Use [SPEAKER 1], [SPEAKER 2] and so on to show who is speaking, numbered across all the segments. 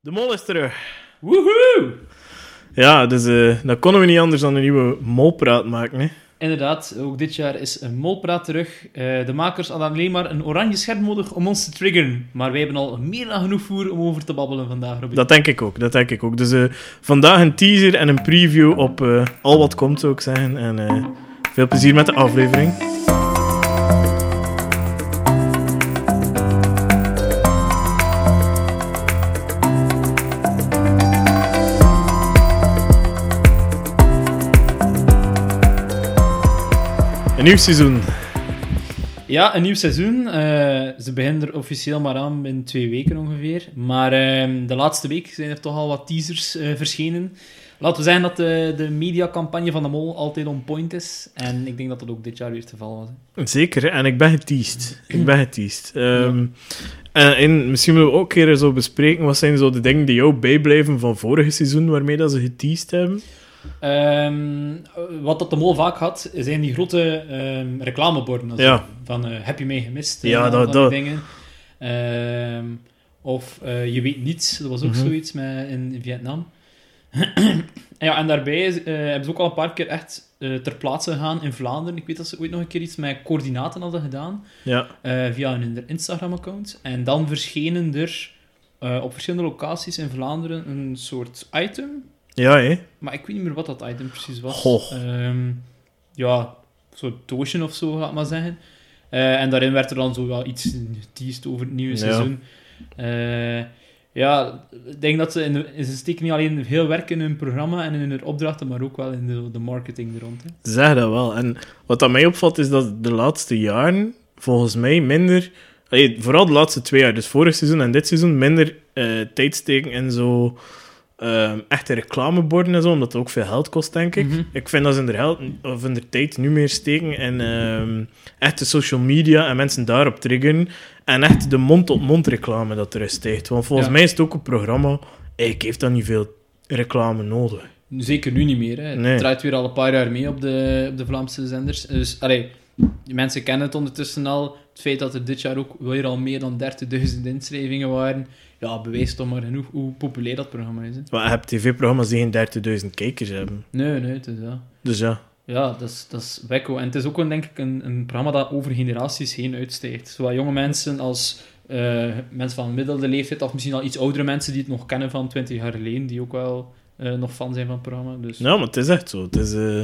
[SPEAKER 1] De mol is terug.
[SPEAKER 2] Woehoe!
[SPEAKER 1] Ja, dus eh dan konden we niet anders dan een nieuwe molpraat maken. Hè.
[SPEAKER 2] Inderdaad, ook dit jaar is een molpraat terug. Eh, de makers hadden alleen maar een oranje scherm nodig om ons te triggeren. Maar wij hebben al meer dan genoeg voer om over te babbelen vandaag, Robby.
[SPEAKER 1] Dat denk ik ook, dat denk ik ook. Dus eh, vandaag een teaser en een preview op eh, al wat komt, zou ik zeggen. En eh, veel plezier met de aflevering. Een nieuw seizoen.
[SPEAKER 2] Ja, een nieuw seizoen. Eh, ze beginnen er officieel maar aan in twee weken ongeveer. Maar ehm, de laatste week zijn er toch al wat teasers eh, verschenen. Laten we zeggen dat de, de mediacampagne van de mol altijd on point is. En ik denk dat dat ook dit jaar weer het geval was. hè.
[SPEAKER 1] Zeker, en ik ben geteased. Ik ben geteased. Ehm, en, en misschien willen we ook een keer zo bespreken, wat zijn zo de dingen die jou bijblijven van vorige seizoen, waarmee dat ze geteased hebben?
[SPEAKER 2] Ehm, wat dat de mol vaak had, zijn die grote ehm, reclameborden. als
[SPEAKER 1] Ja.
[SPEAKER 2] het- Van eh, heb je mij gemist? eh,
[SPEAKER 1] Ja,
[SPEAKER 2] en
[SPEAKER 1] dat-
[SPEAKER 2] van die
[SPEAKER 1] dat-
[SPEAKER 2] dingen. Ehm, of eh, je weet niets, dat was ook
[SPEAKER 1] Mhm.
[SPEAKER 2] zoiets met, in Vietnam. En ja, en daarbij is- eh, hebben ze ook al een paar keer echt eh, ter plaatse gegaan in Vlaanderen. Ik weet dat ze ooit nog een keer iets met coördinaten hadden gedaan
[SPEAKER 1] Ja,
[SPEAKER 2] eh, via hun Instagram-account. En dan verschenen er eh, op verschillende locaties in Vlaanderen een soort item
[SPEAKER 1] ja hè?
[SPEAKER 2] maar ik weet niet meer wat dat item precies was.
[SPEAKER 1] Goh.
[SPEAKER 2] Ehm, ja, zo'n doosje of zo, ga ik maar zeggen. Eh, en daarin werd er dan zo wel iets geteased over het nieuwe
[SPEAKER 1] Ja.
[SPEAKER 2] seizoen. Eh, ja, ik denk dat ze, in de- ze steken niet alleen heel werk in hun programma en in hun opdrachten, maar ook wel in de, de marketing er rond. hè.
[SPEAKER 1] Zeg dat wel. En wat dat mij opvalt, is dat de laatste jaren, volgens mij, minder... allee, vooral de laatste twee jaar, dus vorig seizoen en dit seizoen, minder eh tijd steken in zo... ehm, echte reclameborden en zo, omdat het ook veel geld kost, denk ik.
[SPEAKER 2] Mhm.
[SPEAKER 1] Ik vind dat ze in de, geld, of in de tijd nu meer steken in ehm, echte social media en mensen daarop triggeren. En echt de mond-op-mond reclame dat er stijgt. Want volgens
[SPEAKER 2] Ja.
[SPEAKER 1] mij is het ook een programma... Ik heeft dan niet veel reclame nodig.
[SPEAKER 2] Zeker nu niet meer. Hè.
[SPEAKER 1] Nee.
[SPEAKER 2] Het draait weer al een paar jaar mee op de, op de Vlaamse zenders. Dus, allee, die mensen kennen het ondertussen al. Het feit dat er dit jaar ook weer al meer dan 30.000 inschrijvingen waren, ja, bewijst toch maar genoeg hoe populair dat programma is. Hè.
[SPEAKER 1] Maar je hebt tv-programma's die geen 30.000 kijkers hebben.
[SPEAKER 2] Nee, nee, het is ja.
[SPEAKER 1] Dus ja.
[SPEAKER 2] Ja, dat is, dat is wekko. En het is ook wel, denk ik een, een programma dat over generaties heen uitstijgt. Zowel jonge mensen als eh, mensen van middelde leeftijd, of misschien al iets oudere mensen die het nog kennen van 20 jaar geleden, die ook wel eh, nog fan zijn van het programma. Dus...
[SPEAKER 1] ja, maar het is echt zo. Het is, eh,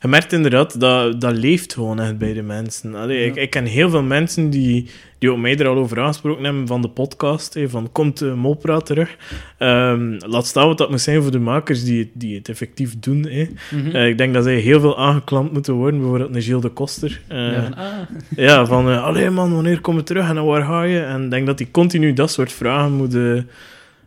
[SPEAKER 1] Je merkt inderdaad, dat, dat leeft gewoon echt bij de mensen. Allee, ik,
[SPEAKER 2] Ja.
[SPEAKER 1] ik ken heel veel mensen die, die ook mij er al over aangesproken hebben van de podcast. eh, van komt de molpraat terug? Ehm, laat staan wat dat moet zijn voor de makers die het, die het effectief doen. eh.
[SPEAKER 2] Mhm.
[SPEAKER 1] Eh, ik denk dat zij heel veel aangeklampt moeten worden. Bijvoorbeeld een Gilles de Koster. Eh,
[SPEAKER 2] Ja, van, ah.
[SPEAKER 1] Ja, van eh allee man, wanneer kom je terug en naar waar ga je? En ik denk dat die continu dat soort vragen moeten...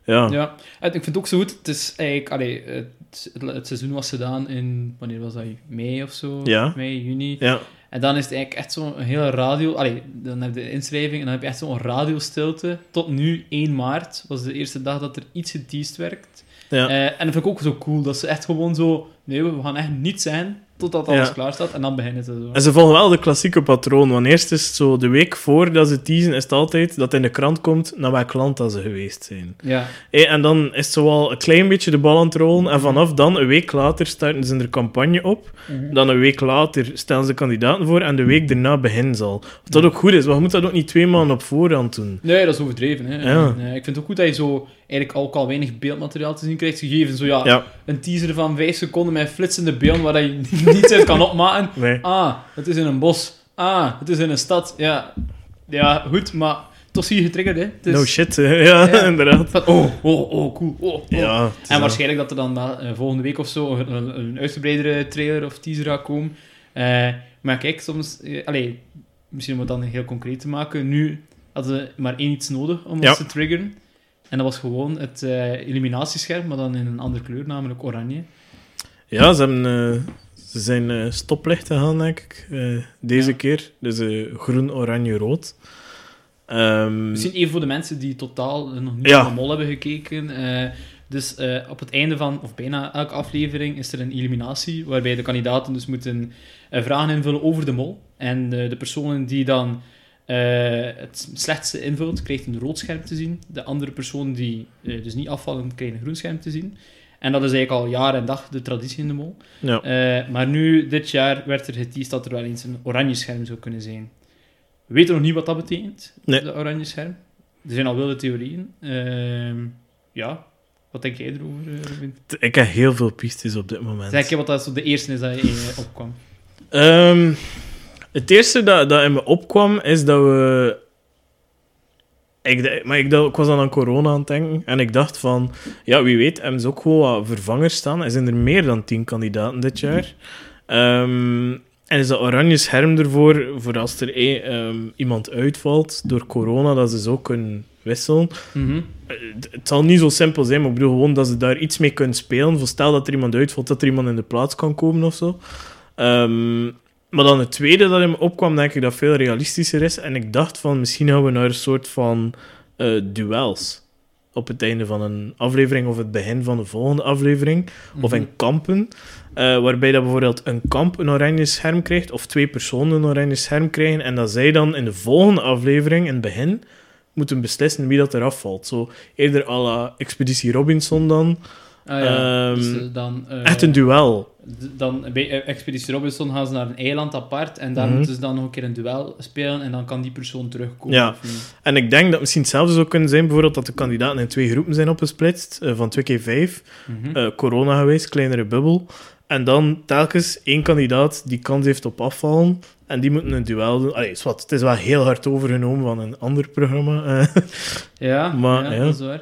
[SPEAKER 1] ja.
[SPEAKER 2] Ja, en ik vind het ook zo goed. Het is eigenlijk, allee, het, het, het seizoen was gedaan in, wanneer was dat? Mei of zo?
[SPEAKER 1] Ja.
[SPEAKER 2] Mei, juni.
[SPEAKER 1] ja.
[SPEAKER 2] En dan is het eigenlijk echt zo'n hele radio. Allee, dan heb je de inschrijving en dan heb je echt zo'n radiostilte. Tot nu, 1 maart, was de eerste dag dat er iets geteased werd.
[SPEAKER 1] Ja.
[SPEAKER 2] Eh, en dat vind ik ook zo cool, dat ze echt gewoon zo... Nee, we gaan echt niet zijn totdat alles
[SPEAKER 1] Ja.
[SPEAKER 2] klaar staat. En dan beginnen ze zo.
[SPEAKER 1] En ze volgen wel de klassieke patroon. Want eerst is het zo, de week voordat ze teasen, is het altijd dat in de krant komt naar welk land dat ze geweest zijn.
[SPEAKER 2] Ja,
[SPEAKER 1] Hé, en dan is het zo al een klein beetje de bal aan het rollen. En vanaf dan, een week later, starten ze er campagne op.
[SPEAKER 2] Mhm.
[SPEAKER 1] Dan een week later stellen ze kandidaten voor. En de week daarna beginnen ze al. Wat dat ook goed is, want je moet dat ook niet twee maanden op voorhand doen.
[SPEAKER 2] Nee, dat is overdreven. Hè.
[SPEAKER 1] Ja.
[SPEAKER 2] En, eh, ik vind het ook goed dat je zo eigenlijk ook al weinig beeldmateriaal te zien krijgt. Gegeven zo, ja,
[SPEAKER 1] Ja.
[SPEAKER 2] een teaser van 5 seconden met flitsende beelden waar je niets uit kan opmaken.
[SPEAKER 1] Nee.
[SPEAKER 2] Ah, het is in een bos. Ah, het is in een stad. Ja, ja goed, maar toch zie je getriggerd, hè. Het is
[SPEAKER 1] No shit. eh, Ja,
[SPEAKER 2] dus- Ja.
[SPEAKER 1] inderdaad.
[SPEAKER 2] van, oh, oh, oh, cool. Oh, oh.
[SPEAKER 1] Ja, het is
[SPEAKER 2] En
[SPEAKER 1] wel-
[SPEAKER 2] waarschijnlijk dat er dan na- eh, volgende week of zo een, een, een uitgebreidere trailer of teaser gaat komen. Eh, maar kijk, soms... eh, allee, misschien om het dan heel concreet te maken. Nu hadden ze maar één iets nodig om
[SPEAKER 1] Ja.
[SPEAKER 2] ons te triggeren. En dat was gewoon het eh, illuminatiescherm, maar dan in een andere kleur, namelijk oranje.
[SPEAKER 1] Ja, ze, hebben, eh, ze zijn eh, stoplichten gaan, denk ik. eh, deze
[SPEAKER 2] Ja.
[SPEAKER 1] keer. Dus eh, groen, oranje, rood. Ehm,
[SPEAKER 2] Misschien even voor de mensen die totaal nog niet
[SPEAKER 1] Ja.
[SPEAKER 2] naar de mol hebben gekeken. Eh, dus eh, op het einde van, of bijna elke aflevering, is er een illuminatie, waarbij de kandidaten dus moeten eh, vragen invullen over de mol. En eh, de personen die dan eh, eh, het slechtste invult krijgt een rood scherm te zien. De andere persoon die eh, dus niet afvallen krijgt een groen scherm te zien. En dat is eigenlijk al jaar en dag de traditie in de mol.
[SPEAKER 1] Ja.
[SPEAKER 2] Eh, maar nu, dit jaar, werd er geteased dat er wel eens een oranje scherm zou kunnen zijn. We weten nog niet wat dat betekent,
[SPEAKER 1] Nee.
[SPEAKER 2] de oranje scherm. Er zijn al wilde theorieën. Ehm, ja, wat denk jij erover, eh, Robin?
[SPEAKER 1] T- Ik heb heel veel pistes op dit moment.
[SPEAKER 2] Zeg je wat dat zo de eerste is dat je eh, opkwam?
[SPEAKER 1] Ehm, het eerste dat, dat in me opkwam is dat we. Ik, d- maar ik, dacht- ik was dan aan corona aan het denken. En ik dacht van, ja, wie weet, hebben ze ook gewoon wat vervangers staan. Er zijn er meer dan tien kandidaten dit jaar. Ehm, en is dat oranje scherm ervoor, voor als er e- ehm, iemand uitvalt door corona, dat ze zo kunnen wisselen.
[SPEAKER 2] Mhm.
[SPEAKER 1] Eh, d- Het zal niet zo simpel zijn, maar ik bedoel gewoon dat ze daar iets mee kunnen spelen. Voor stel dat er iemand uitvalt, dat er iemand in de plaats kan komen of zo. Ehm, maar dan het tweede dat in me opkwam, denk ik dat veel realistischer is. En ik dacht van, misschien gaan we naar een soort van eh, duels. Op het einde van een aflevering of het begin van de volgende aflevering of
[SPEAKER 2] Mhm.
[SPEAKER 1] in kampen. eh, waarbij dat bijvoorbeeld een kamp een oranje scherm krijgt, of twee personen een oranje scherm krijgen, en dat zij dan in de volgende aflevering, in het begin, moeten beslissen wie dat eraf valt. Zo eerder à la Expeditie Robinson dan.
[SPEAKER 2] Ah, ja.
[SPEAKER 1] Ehm,
[SPEAKER 2] Dus, eh, dan, eh,
[SPEAKER 1] Echt een duel.
[SPEAKER 2] d- dan bij eh, Expeditie Robinson gaan ze naar een eiland apart en daar
[SPEAKER 1] Mhm.
[SPEAKER 2] moeten ze dan nog een keer een duel spelen en dan kan die persoon terugkomen.
[SPEAKER 1] Ja.
[SPEAKER 2] of niet.
[SPEAKER 1] En ik denk dat misschien hetzelfde zou kunnen zijn, bijvoorbeeld dat de kandidaten in twee groepen zijn opgesplitst, eh, van 2x5.
[SPEAKER 2] Mhm.
[SPEAKER 1] eh, corona geweest, kleinere bubbel. En dan telkens één kandidaat die kans heeft op afvallen. En die moeten een duel doen. Allee, zwart, het is wel heel hard overgenomen van een ander programma. eh.
[SPEAKER 2] ja,
[SPEAKER 1] Maar,
[SPEAKER 2] ja,
[SPEAKER 1] ja.
[SPEAKER 2] dat is waar.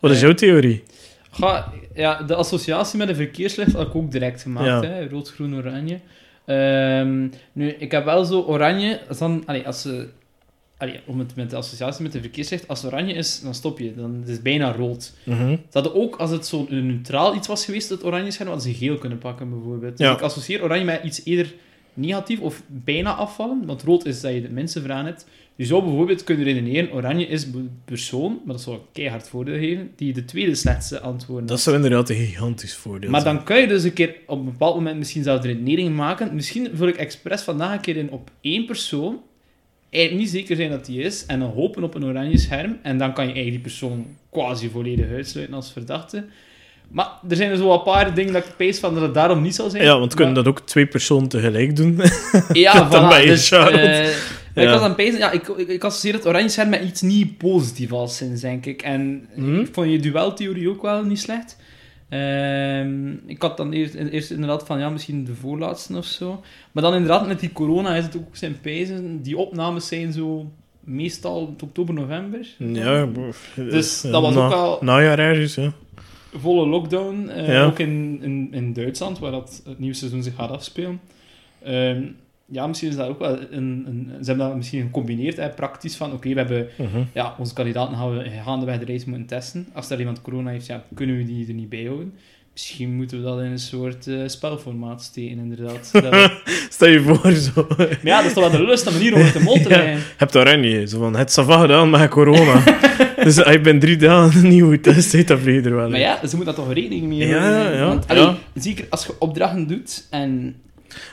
[SPEAKER 1] Wat is
[SPEAKER 2] Eh,
[SPEAKER 1] jouw theorie?
[SPEAKER 2] Ga, ja, de associatie met een verkeerslicht had ik ook direct gemaakt.
[SPEAKER 1] Ja.
[SPEAKER 2] Hè? Rood, groen, oranje. Ehm, nu, ik heb wel zo oranje... als Dan, allee, als ze, allee, om het met de associatie met een verkeerslicht... Als oranje is, dan stop je. Dan het is het bijna rood.
[SPEAKER 1] Mhm.
[SPEAKER 2] Ze hadden ook, als het zo'n neutraal iets was geweest, het oranje scherm, hadden ze geel kunnen pakken, bijvoorbeeld. Dus
[SPEAKER 1] Ja.
[SPEAKER 2] ik associeer oranje met iets eerder negatief of bijna afvallen, want rood is dat je de mensen veraan hebt. Je zou bijvoorbeeld kunnen redeneren, oranje is de persoon, maar dat zou een keihard voordeel geven, die de tweede slechtste antwoorden
[SPEAKER 1] Dat
[SPEAKER 2] had.
[SPEAKER 1] zou inderdaad een gigantisch voordeel
[SPEAKER 2] Maar
[SPEAKER 1] zijn.
[SPEAKER 2] dan kan je dus een keer op een bepaald moment misschien zelf de redenering maken. Misschien vul ik expres vandaag een keer in op één persoon. Eigenlijk niet zeker zijn dat die is. En dan hopen op een oranje scherm. En dan kan je eigenlijk die persoon quasi volledig uitsluiten als verdachte. Maar er zijn dus wel een paar dingen dat ik pees van dat het daarom niet zal zijn.
[SPEAKER 1] Ja, want kunnen
[SPEAKER 2] Maar-
[SPEAKER 1] dat ook twee personen tegelijk doen.
[SPEAKER 2] Ja,
[SPEAKER 1] dan
[SPEAKER 2] voilà,
[SPEAKER 1] bij je
[SPEAKER 2] dus,
[SPEAKER 1] shout.
[SPEAKER 2] eh, maar Ik
[SPEAKER 1] Ja.
[SPEAKER 2] was aan het pezen, ja, ik, ik, ik associeer het oranje scherm met iets niet positief als sinds, denk ik. En
[SPEAKER 1] Mhm.
[SPEAKER 2] ik vond je dueltheorie ook wel niet slecht. Ehm, ik had dan eerst, eerst inderdaad van, ja, misschien de voorlaatste of zo. Maar dan inderdaad, met die corona is het ook zijn pezen. Die opnames zijn zo meestal tot oktober, november.
[SPEAKER 1] ja, bof. eh,
[SPEAKER 2] Dus dat was
[SPEAKER 1] Na-
[SPEAKER 2] ook wel-
[SPEAKER 1] Najaar ergens, ja.
[SPEAKER 2] Volle lockdown, eh,
[SPEAKER 1] Ja.
[SPEAKER 2] ook in, in, in Duitsland, waar dat het nieuwe seizoen zich gaat afspelen. Ehm, ja, misschien is dat ook wel een... een ze hebben dat misschien gecombineerd, hè, praktisch, van oké, we hebben
[SPEAKER 1] Mhm.
[SPEAKER 2] ja, onze kandidaten gaan we gaandeweg de race moeten testen. Als er iemand corona heeft, ja, kunnen we die er niet bij houden. Misschien moeten we dat in een soort eh, spelformaat steken, inderdaad. Dat- maar
[SPEAKER 1] Stel je voor, zo.
[SPEAKER 2] ja, dat is toch wel de lust, een manier om het te mol
[SPEAKER 1] Ja.
[SPEAKER 2] te leggen.
[SPEAKER 1] Je hebt oranje, zo van, het savage gedaan, maar ik heb corona. dus ah, ik ben drie dagen niet goed thuis, zit dat vlieg er wel in.
[SPEAKER 2] Maar ja, ze moeten daar toch rekening mee
[SPEAKER 1] Ja,
[SPEAKER 2] houden.
[SPEAKER 1] ja,
[SPEAKER 2] Want,
[SPEAKER 1] ja.
[SPEAKER 2] allee, Zeker als je opdrachten doet en...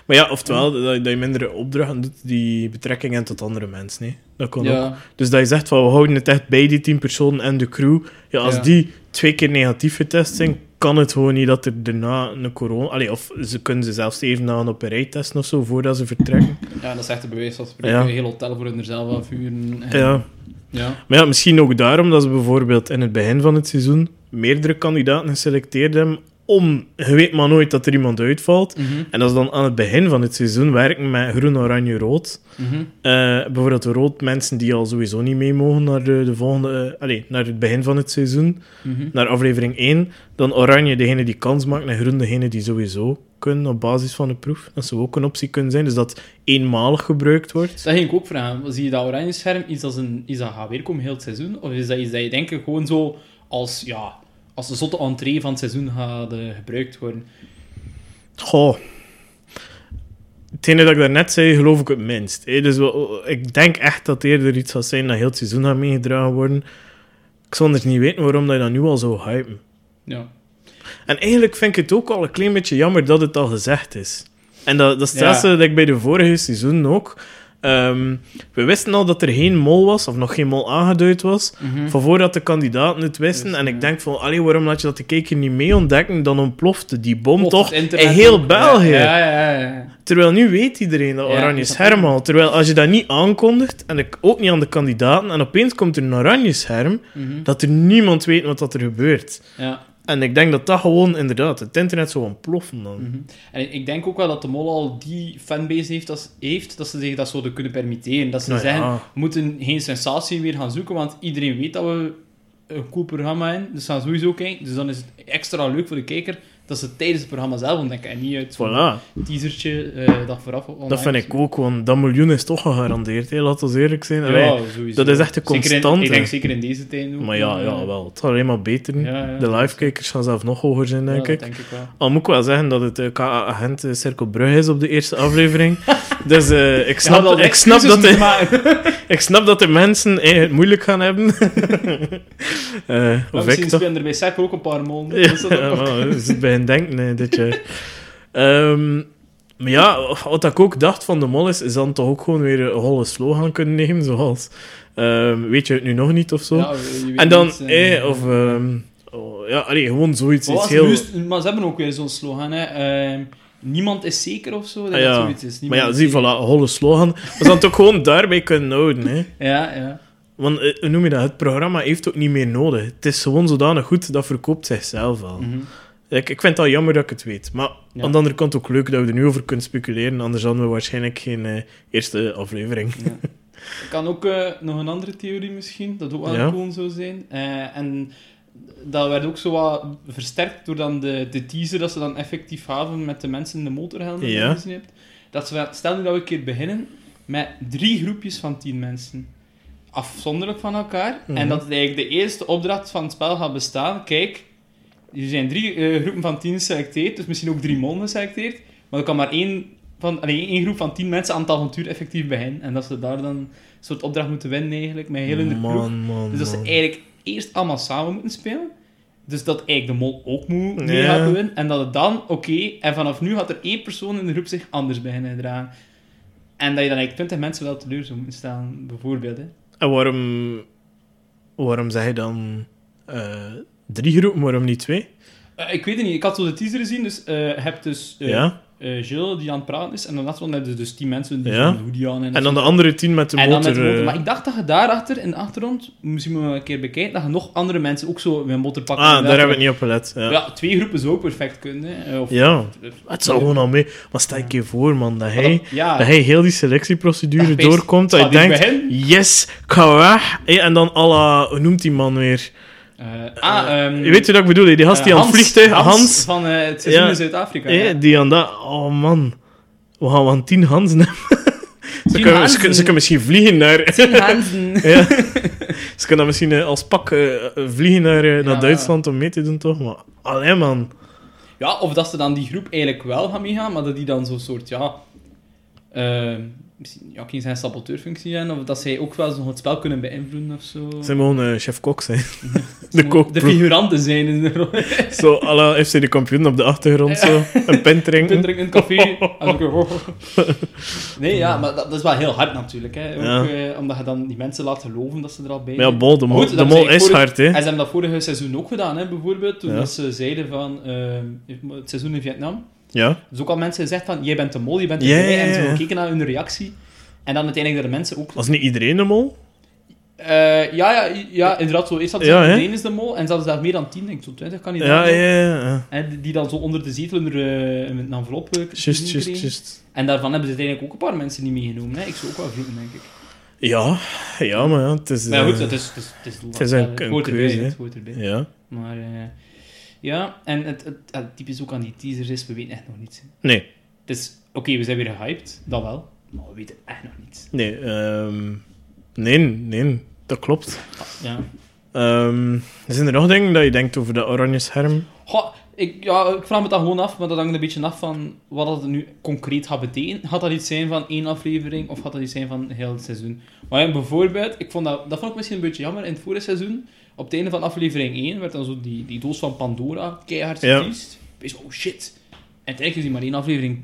[SPEAKER 1] Maar ja, oftewel, dat, je- dat je mindere opdrachten doet die betrekking hebben tot andere mensen. Nee? Dat kan ook.
[SPEAKER 2] Ja,
[SPEAKER 1] Dus dat je zegt van, we houden het echt bij die tien personen en de crew. Ja, als
[SPEAKER 2] Ja.
[SPEAKER 1] die twee keer negatief getest zijn, kan het gewoon niet dat er daarna een corona... Allee, of ze kunnen ze zelfs even dagen op een rij testen of zo, voordat ze vertrekken.
[SPEAKER 2] ja, dat is echt een bewijs dat ze spreken.
[SPEAKER 1] Ja.
[SPEAKER 2] Een heel hotel voor hun er zelf afvuren. En,
[SPEAKER 1] Ja.
[SPEAKER 2] ja.
[SPEAKER 1] Maar ja, misschien ook daarom dat ze bijvoorbeeld in het begin van het seizoen meerdere kandidaten geselecteerd hebben om... Je weet maar nooit dat er iemand uitvalt.
[SPEAKER 2] Mhm,
[SPEAKER 1] En dat ze dan aan het begin van het seizoen werken met groen, oranje, rood.
[SPEAKER 2] mhm.
[SPEAKER 1] Eh, bijvoorbeeld rood mensen die al sowieso niet mee mogen naar, de, de volgende, eh, allee, naar het begin van het seizoen,
[SPEAKER 2] Mhm.
[SPEAKER 1] naar aflevering 1. Dan oranje, degene die kans maakt, en groen, degene die sowieso kunnen op basis van de proef. Dat zou ook een optie kunnen zijn, dus dat eenmalig gebruikt wordt.
[SPEAKER 2] Dat ging ik ook vragen. Zie je dat oranje scherm, is dat, een, is dat gaat weerkomen heel het seizoen? Of is dat iets dat je denk ik gewoon zo als, ja, als de zotte entree van het seizoen gaat eh, gebruikt worden?
[SPEAKER 1] Goh. Hetgene dat ik daarnet zei, geloof ik het minst. hè. Dus wel- ik denk echt dat eerder iets zal zijn dat heel het seizoen gaat meegedragen worden. Ik zou anders niet weten waarom dat je dat nu al zou hypen.
[SPEAKER 2] Ja.
[SPEAKER 1] En eigenlijk vind ik het ook al een klein beetje jammer dat het al gezegd is. En dat, dat is
[SPEAKER 2] Ja.
[SPEAKER 1] hetzelfde dat ik bij de vorige seizoen ook. eh, Ehm, we wisten al dat er geen mol was, of nog geen mol aangeduid was,
[SPEAKER 2] Mhm.
[SPEAKER 1] van voordat de kandidaten het wisten.
[SPEAKER 2] Dus,
[SPEAKER 1] en
[SPEAKER 2] ja.
[SPEAKER 1] ik denk van, allee, waarom laat je dat de kijker niet mee ontdekken? Dan ontplofte die bom
[SPEAKER 2] Of
[SPEAKER 1] toch
[SPEAKER 2] het internet
[SPEAKER 1] in heel
[SPEAKER 2] ook.
[SPEAKER 1] België.
[SPEAKER 2] Ja, ja, ja. ja.
[SPEAKER 1] Terwijl nu weet iedereen dat
[SPEAKER 2] Ja, dus
[SPEAKER 1] oranje
[SPEAKER 2] dat
[SPEAKER 1] scherm
[SPEAKER 2] kan.
[SPEAKER 1] al. Terwijl als je dat niet aankondigt, en ik ook niet aan de kandidaten, en opeens komt er een oranje scherm,
[SPEAKER 2] Mhm.
[SPEAKER 1] dat er niemand weet wat dat er gebeurt.
[SPEAKER 2] ja.
[SPEAKER 1] En ik denk dat dat gewoon inderdaad, het internet zou ontploffen dan.
[SPEAKER 2] mhm. En ik denk ook wel dat de mol al die fanbase heeft, als, heeft dat ze zich dat zouden kunnen permitteren. Dat ze
[SPEAKER 1] Nou ja.
[SPEAKER 2] zeggen, we moeten geen sensatie meer gaan zoeken, want iedereen weet dat we een cool programma hebben. Dus ze gaan sowieso kijken. Dus dan is het extra leuk voor de kijker dat ze het tijdens het programma zelf ontdekken. En niet uit zo'n
[SPEAKER 1] Voilà,
[SPEAKER 2] teasertje eh, dat vooraf online
[SPEAKER 1] dat vind
[SPEAKER 2] is.
[SPEAKER 1] ik ook, want dat miljoen is toch gegarandeerd, hè. laten we eerlijk zijn. Allee,
[SPEAKER 2] Ja, sowieso.
[SPEAKER 1] dat is echt de
[SPEAKER 2] Zeker in,
[SPEAKER 1] constante.
[SPEAKER 2] ik denk zeker in deze tijd ook.
[SPEAKER 1] Maar ja, ja, wel, het gaat alleen maar beter.
[SPEAKER 2] Ja, ja.
[SPEAKER 1] De live-kijkers gaan zelf nog hoger zijn,
[SPEAKER 2] Ja,
[SPEAKER 1] denk
[SPEAKER 2] dat
[SPEAKER 1] ik.
[SPEAKER 2] denk ik wel.
[SPEAKER 1] Al moet ik wel zeggen dat het eh, KA-agent eh, Cirkel Brugge is op de eerste aflevering. dus eh, ik, snap, ik, snap dat de, ik snap dat de mensen eh, het moeilijk gaan hebben. Eh of ik
[SPEAKER 2] Misschien
[SPEAKER 1] toch?
[SPEAKER 2] spelen er bij Sepp ook een paar monden.
[SPEAKER 1] Ja,
[SPEAKER 2] Dus dat ook-
[SPEAKER 1] maar we zitten bij hen denken eh, dit jaar. Ehm, maar ja, wat ik ook dacht van de mol is, is dan toch ook gewoon weer een holle slogan kunnen nemen, zoals ehm, weet je het nu nog niet of zo.
[SPEAKER 2] Ja, je weet
[SPEAKER 1] en dan,
[SPEAKER 2] niet,
[SPEAKER 1] eh, of ehm, oh, ja, allee, gewoon zoiets.
[SPEAKER 2] Wat
[SPEAKER 1] Iets
[SPEAKER 2] was
[SPEAKER 1] heel...
[SPEAKER 2] nu is- maar ze hebben ook weer zo'n slogan, hè. ehm, niemand is zeker of zo. Dat
[SPEAKER 1] Ah, ja.
[SPEAKER 2] dat zoiets is.
[SPEAKER 1] Maar
[SPEAKER 2] Niemand
[SPEAKER 1] ja,
[SPEAKER 2] is
[SPEAKER 1] zie, voilà,
[SPEAKER 2] zeker.
[SPEAKER 1] een holle slogan. We zouden het ook gewoon daarbij kunnen houden. Hè.
[SPEAKER 2] Ja, ja.
[SPEAKER 1] Want, eh, hoe noem je dat? Het programma heeft ook niet meer nodig. Het is gewoon zodanig goed, dat verkoopt zichzelf al.
[SPEAKER 2] Mhm.
[SPEAKER 1] Ik, ik vind het al jammer dat ik het weet. Maar
[SPEAKER 2] Ja.
[SPEAKER 1] aan de andere kant ook leuk dat we er nu over kunnen speculeren. Anders hadden we waarschijnlijk geen eh, eerste aflevering.
[SPEAKER 2] Ja. Ik kan ook eh, nog een andere theorie misschien, dat ook wel
[SPEAKER 1] Ja.
[SPEAKER 2] cool zou zijn. Eh, en dat werd ook zo wat versterkt door dan de, de teaser dat ze dan effectief gaven met de mensen in de motorhelm. die je
[SPEAKER 1] Ja.
[SPEAKER 2] gezien hebt. Dat ze, stel nu dat we een keer beginnen met drie groepjes van tien mensen. Afzonderlijk van elkaar.
[SPEAKER 1] Mhm.
[SPEAKER 2] En dat het eigenlijk de eerste opdracht van het spel gaat bestaan. Kijk, er zijn drie eh, groepen van tien geselecteerd, dus misschien ook drie monden geselecteerd. Maar er kan maar één, van, allee, één groep van tien mensen aan het avontuur effectief beginnen. En dat ze daar dan een soort opdracht moeten winnen eigenlijk, met heel in de
[SPEAKER 1] man,
[SPEAKER 2] groep.
[SPEAKER 1] man, man.
[SPEAKER 2] Dus dat ze eigenlijk eerst allemaal samen moeten spelen. Dus dat eigenlijk de mol ook moet mee
[SPEAKER 1] Ja.
[SPEAKER 2] gaat doen. En dat het dan, oké, en vanaf nu gaat er één persoon in de groep zich anders beginnen dragen. En dat je dan eigenlijk 20 mensen wel teleur zou moeten staan, bijvoorbeeld. Hè.
[SPEAKER 1] En waarom, waarom zeg je dan eh, drie groepen, waarom niet twee?
[SPEAKER 2] Eh, ik weet het niet, ik had zo de teaser gezien, dus eh, je hebt dus eh,
[SPEAKER 1] ja?
[SPEAKER 2] eh, Gilles die aan het praten is. En dan laatste hebben ze dus die mensen die
[SPEAKER 1] Ja.
[SPEAKER 2] zo'n hoodie aan en,
[SPEAKER 1] En dan de andere tien met de
[SPEAKER 2] en dan
[SPEAKER 1] motor.
[SPEAKER 2] met de motor.
[SPEAKER 1] eh,
[SPEAKER 2] Maar ik dacht dat je daarachter, in de achtergrond, misschien moeten we een keer bekijken, dat je nog andere mensen ook zo met een motor pakken.
[SPEAKER 1] ah, daar heb ik niet op gelet. Ja.
[SPEAKER 2] Ja, twee groepen zou ook perfect kunnen. hè. Eh, Of
[SPEAKER 1] Ja. Het zou gewoon al mee. Maar sta ik je voor, man, dat hij,
[SPEAKER 2] ja,
[SPEAKER 1] dat hij heel die selectieprocedure
[SPEAKER 2] Dat hij-
[SPEAKER 1] doorkomt. Dat je
[SPEAKER 2] het gaat
[SPEAKER 1] denkt:
[SPEAKER 2] hier beginnen.
[SPEAKER 1] yes, ik ga weg. Hé, en dan à la, hoe noemt die man weer?
[SPEAKER 2] eh, ah, ehm,
[SPEAKER 1] Je weet je wat ik bedoel? hè? Die gast die
[SPEAKER 2] eh,
[SPEAKER 1] aan het vliegtuig, Hans.
[SPEAKER 2] van eh, het seizoen
[SPEAKER 1] Ja.
[SPEAKER 2] in Zuid-Afrika.
[SPEAKER 1] hé,
[SPEAKER 2] ja.
[SPEAKER 1] die aan dat, oh man. We gaan wel tien Hansen hebben. Ze
[SPEAKER 2] Tien
[SPEAKER 1] kunnen, ze,
[SPEAKER 2] Hansen.
[SPEAKER 1] kunnen- ze kunnen misschien vliegen naar.
[SPEAKER 2] Tien Hansen.
[SPEAKER 1] ja. Ze kunnen dan misschien eh, als pak eh, vliegen naar, eh, naar
[SPEAKER 2] Ja.
[SPEAKER 1] Duitsland om mee te doen, toch? Maar alleen man.
[SPEAKER 2] Ja, of dat ze dan die groep eigenlijk wel gaan meegaan, maar dat die dan zo'n soort, ja... eh, misschien, ja, ik ging zeggen saboteurfunctie hebben, of dat zij ook wel eens nog het spel kunnen beïnvloeden of zo.
[SPEAKER 1] Ze mogen eh, chef-kok zijn.
[SPEAKER 2] Ze
[SPEAKER 1] de
[SPEAKER 2] mo-
[SPEAKER 1] kookproef.
[SPEAKER 2] De figuranten zijn in de rol.
[SPEAKER 1] Zo, à la FC de kampioen op de achtergrond, zo. Een pen drinken.
[SPEAKER 2] Punt drinken, een koffie. Als ik- Nee, ja, maar dat, dat is wel heel hard natuurlijk. Hè. Ook,
[SPEAKER 1] Ja.
[SPEAKER 2] eh, omdat je dan die mensen laat geloven dat ze er al bij
[SPEAKER 1] Maar ja,
[SPEAKER 2] zijn.
[SPEAKER 1] bol, de
[SPEAKER 2] Maar
[SPEAKER 1] mol,
[SPEAKER 2] goed,
[SPEAKER 1] de
[SPEAKER 2] dat
[SPEAKER 1] mol
[SPEAKER 2] zei ik
[SPEAKER 1] is
[SPEAKER 2] vorig-
[SPEAKER 1] hard, hè.
[SPEAKER 2] En ze hebben dat vorige seizoen ook gedaan, hè, bijvoorbeeld. Toen
[SPEAKER 1] Ja.
[SPEAKER 2] dat ze zeiden van ehm, het seizoen in Vietnam.
[SPEAKER 1] Ja.
[SPEAKER 2] Dus ook al mensen gezegd van jij bent de mol, je bent de
[SPEAKER 1] Ja,
[SPEAKER 2] yeah,
[SPEAKER 1] ja,
[SPEAKER 2] En ze
[SPEAKER 1] ja.
[SPEAKER 2] gekeken naar hun reactie. En dan uiteindelijk dat de mensen ook.
[SPEAKER 1] Was niet iedereen de mol?
[SPEAKER 2] Eh, ja, ja, ja, inderdaad, zo is dat.
[SPEAKER 1] Ja, hè?
[SPEAKER 2] Iedereen is de mol. En zelfs daar meer dan 10, denk ik, zo'n 20 kandidaten.
[SPEAKER 1] Ja, ja, ja. ja.
[SPEAKER 2] En die- die dan zo onder de zetel er, eh, een envelop eh,
[SPEAKER 1] Just,
[SPEAKER 2] kregen.
[SPEAKER 1] just, just.
[SPEAKER 2] En daarvan hebben ze uiteindelijk ook een paar mensen niet meegenomen. Hè? Ik zou ook wel vroegen, denk ik.
[SPEAKER 1] Ja, ja, maar ja, het is...
[SPEAKER 2] Maar ja, goed,
[SPEAKER 1] eh,
[SPEAKER 2] het is, het is, het is,
[SPEAKER 1] het is een- een
[SPEAKER 2] hoort erbij,
[SPEAKER 1] keuze, hè.
[SPEAKER 2] Het hoort erbij.
[SPEAKER 1] Ja.
[SPEAKER 2] Maar eh, ja, en het, het, het typisch ook aan die teasers is, we weten echt nog niets. hè.
[SPEAKER 1] Nee,
[SPEAKER 2] Het is, oké, we zijn weer gehyped, dat wel. Maar we weten echt nog niets.
[SPEAKER 1] nee. ehm, nee, nee. Dat klopt.
[SPEAKER 2] Ja.
[SPEAKER 1] Ehm, zijn er nog dingen dat je denkt over dat oranje scherm?
[SPEAKER 2] Goh, ik, ja, ik vraag me dat gewoon af, maar dat hangt een beetje af van wat dat nu concreet gaat betekenen. Gaat dat iets zijn van één aflevering, of gaat dat iets zijn van heel het seizoen? Maar ja, bijvoorbeeld, ik vond dat, dat vond ik misschien een beetje jammer in het vorige seizoen. Op het einde van aflevering 1 werd dan zo die, die doos van Pandora keihard
[SPEAKER 1] Ja.
[SPEAKER 2] geteased. Ik was, oh shit. En uiteindelijk is die maar één aflevering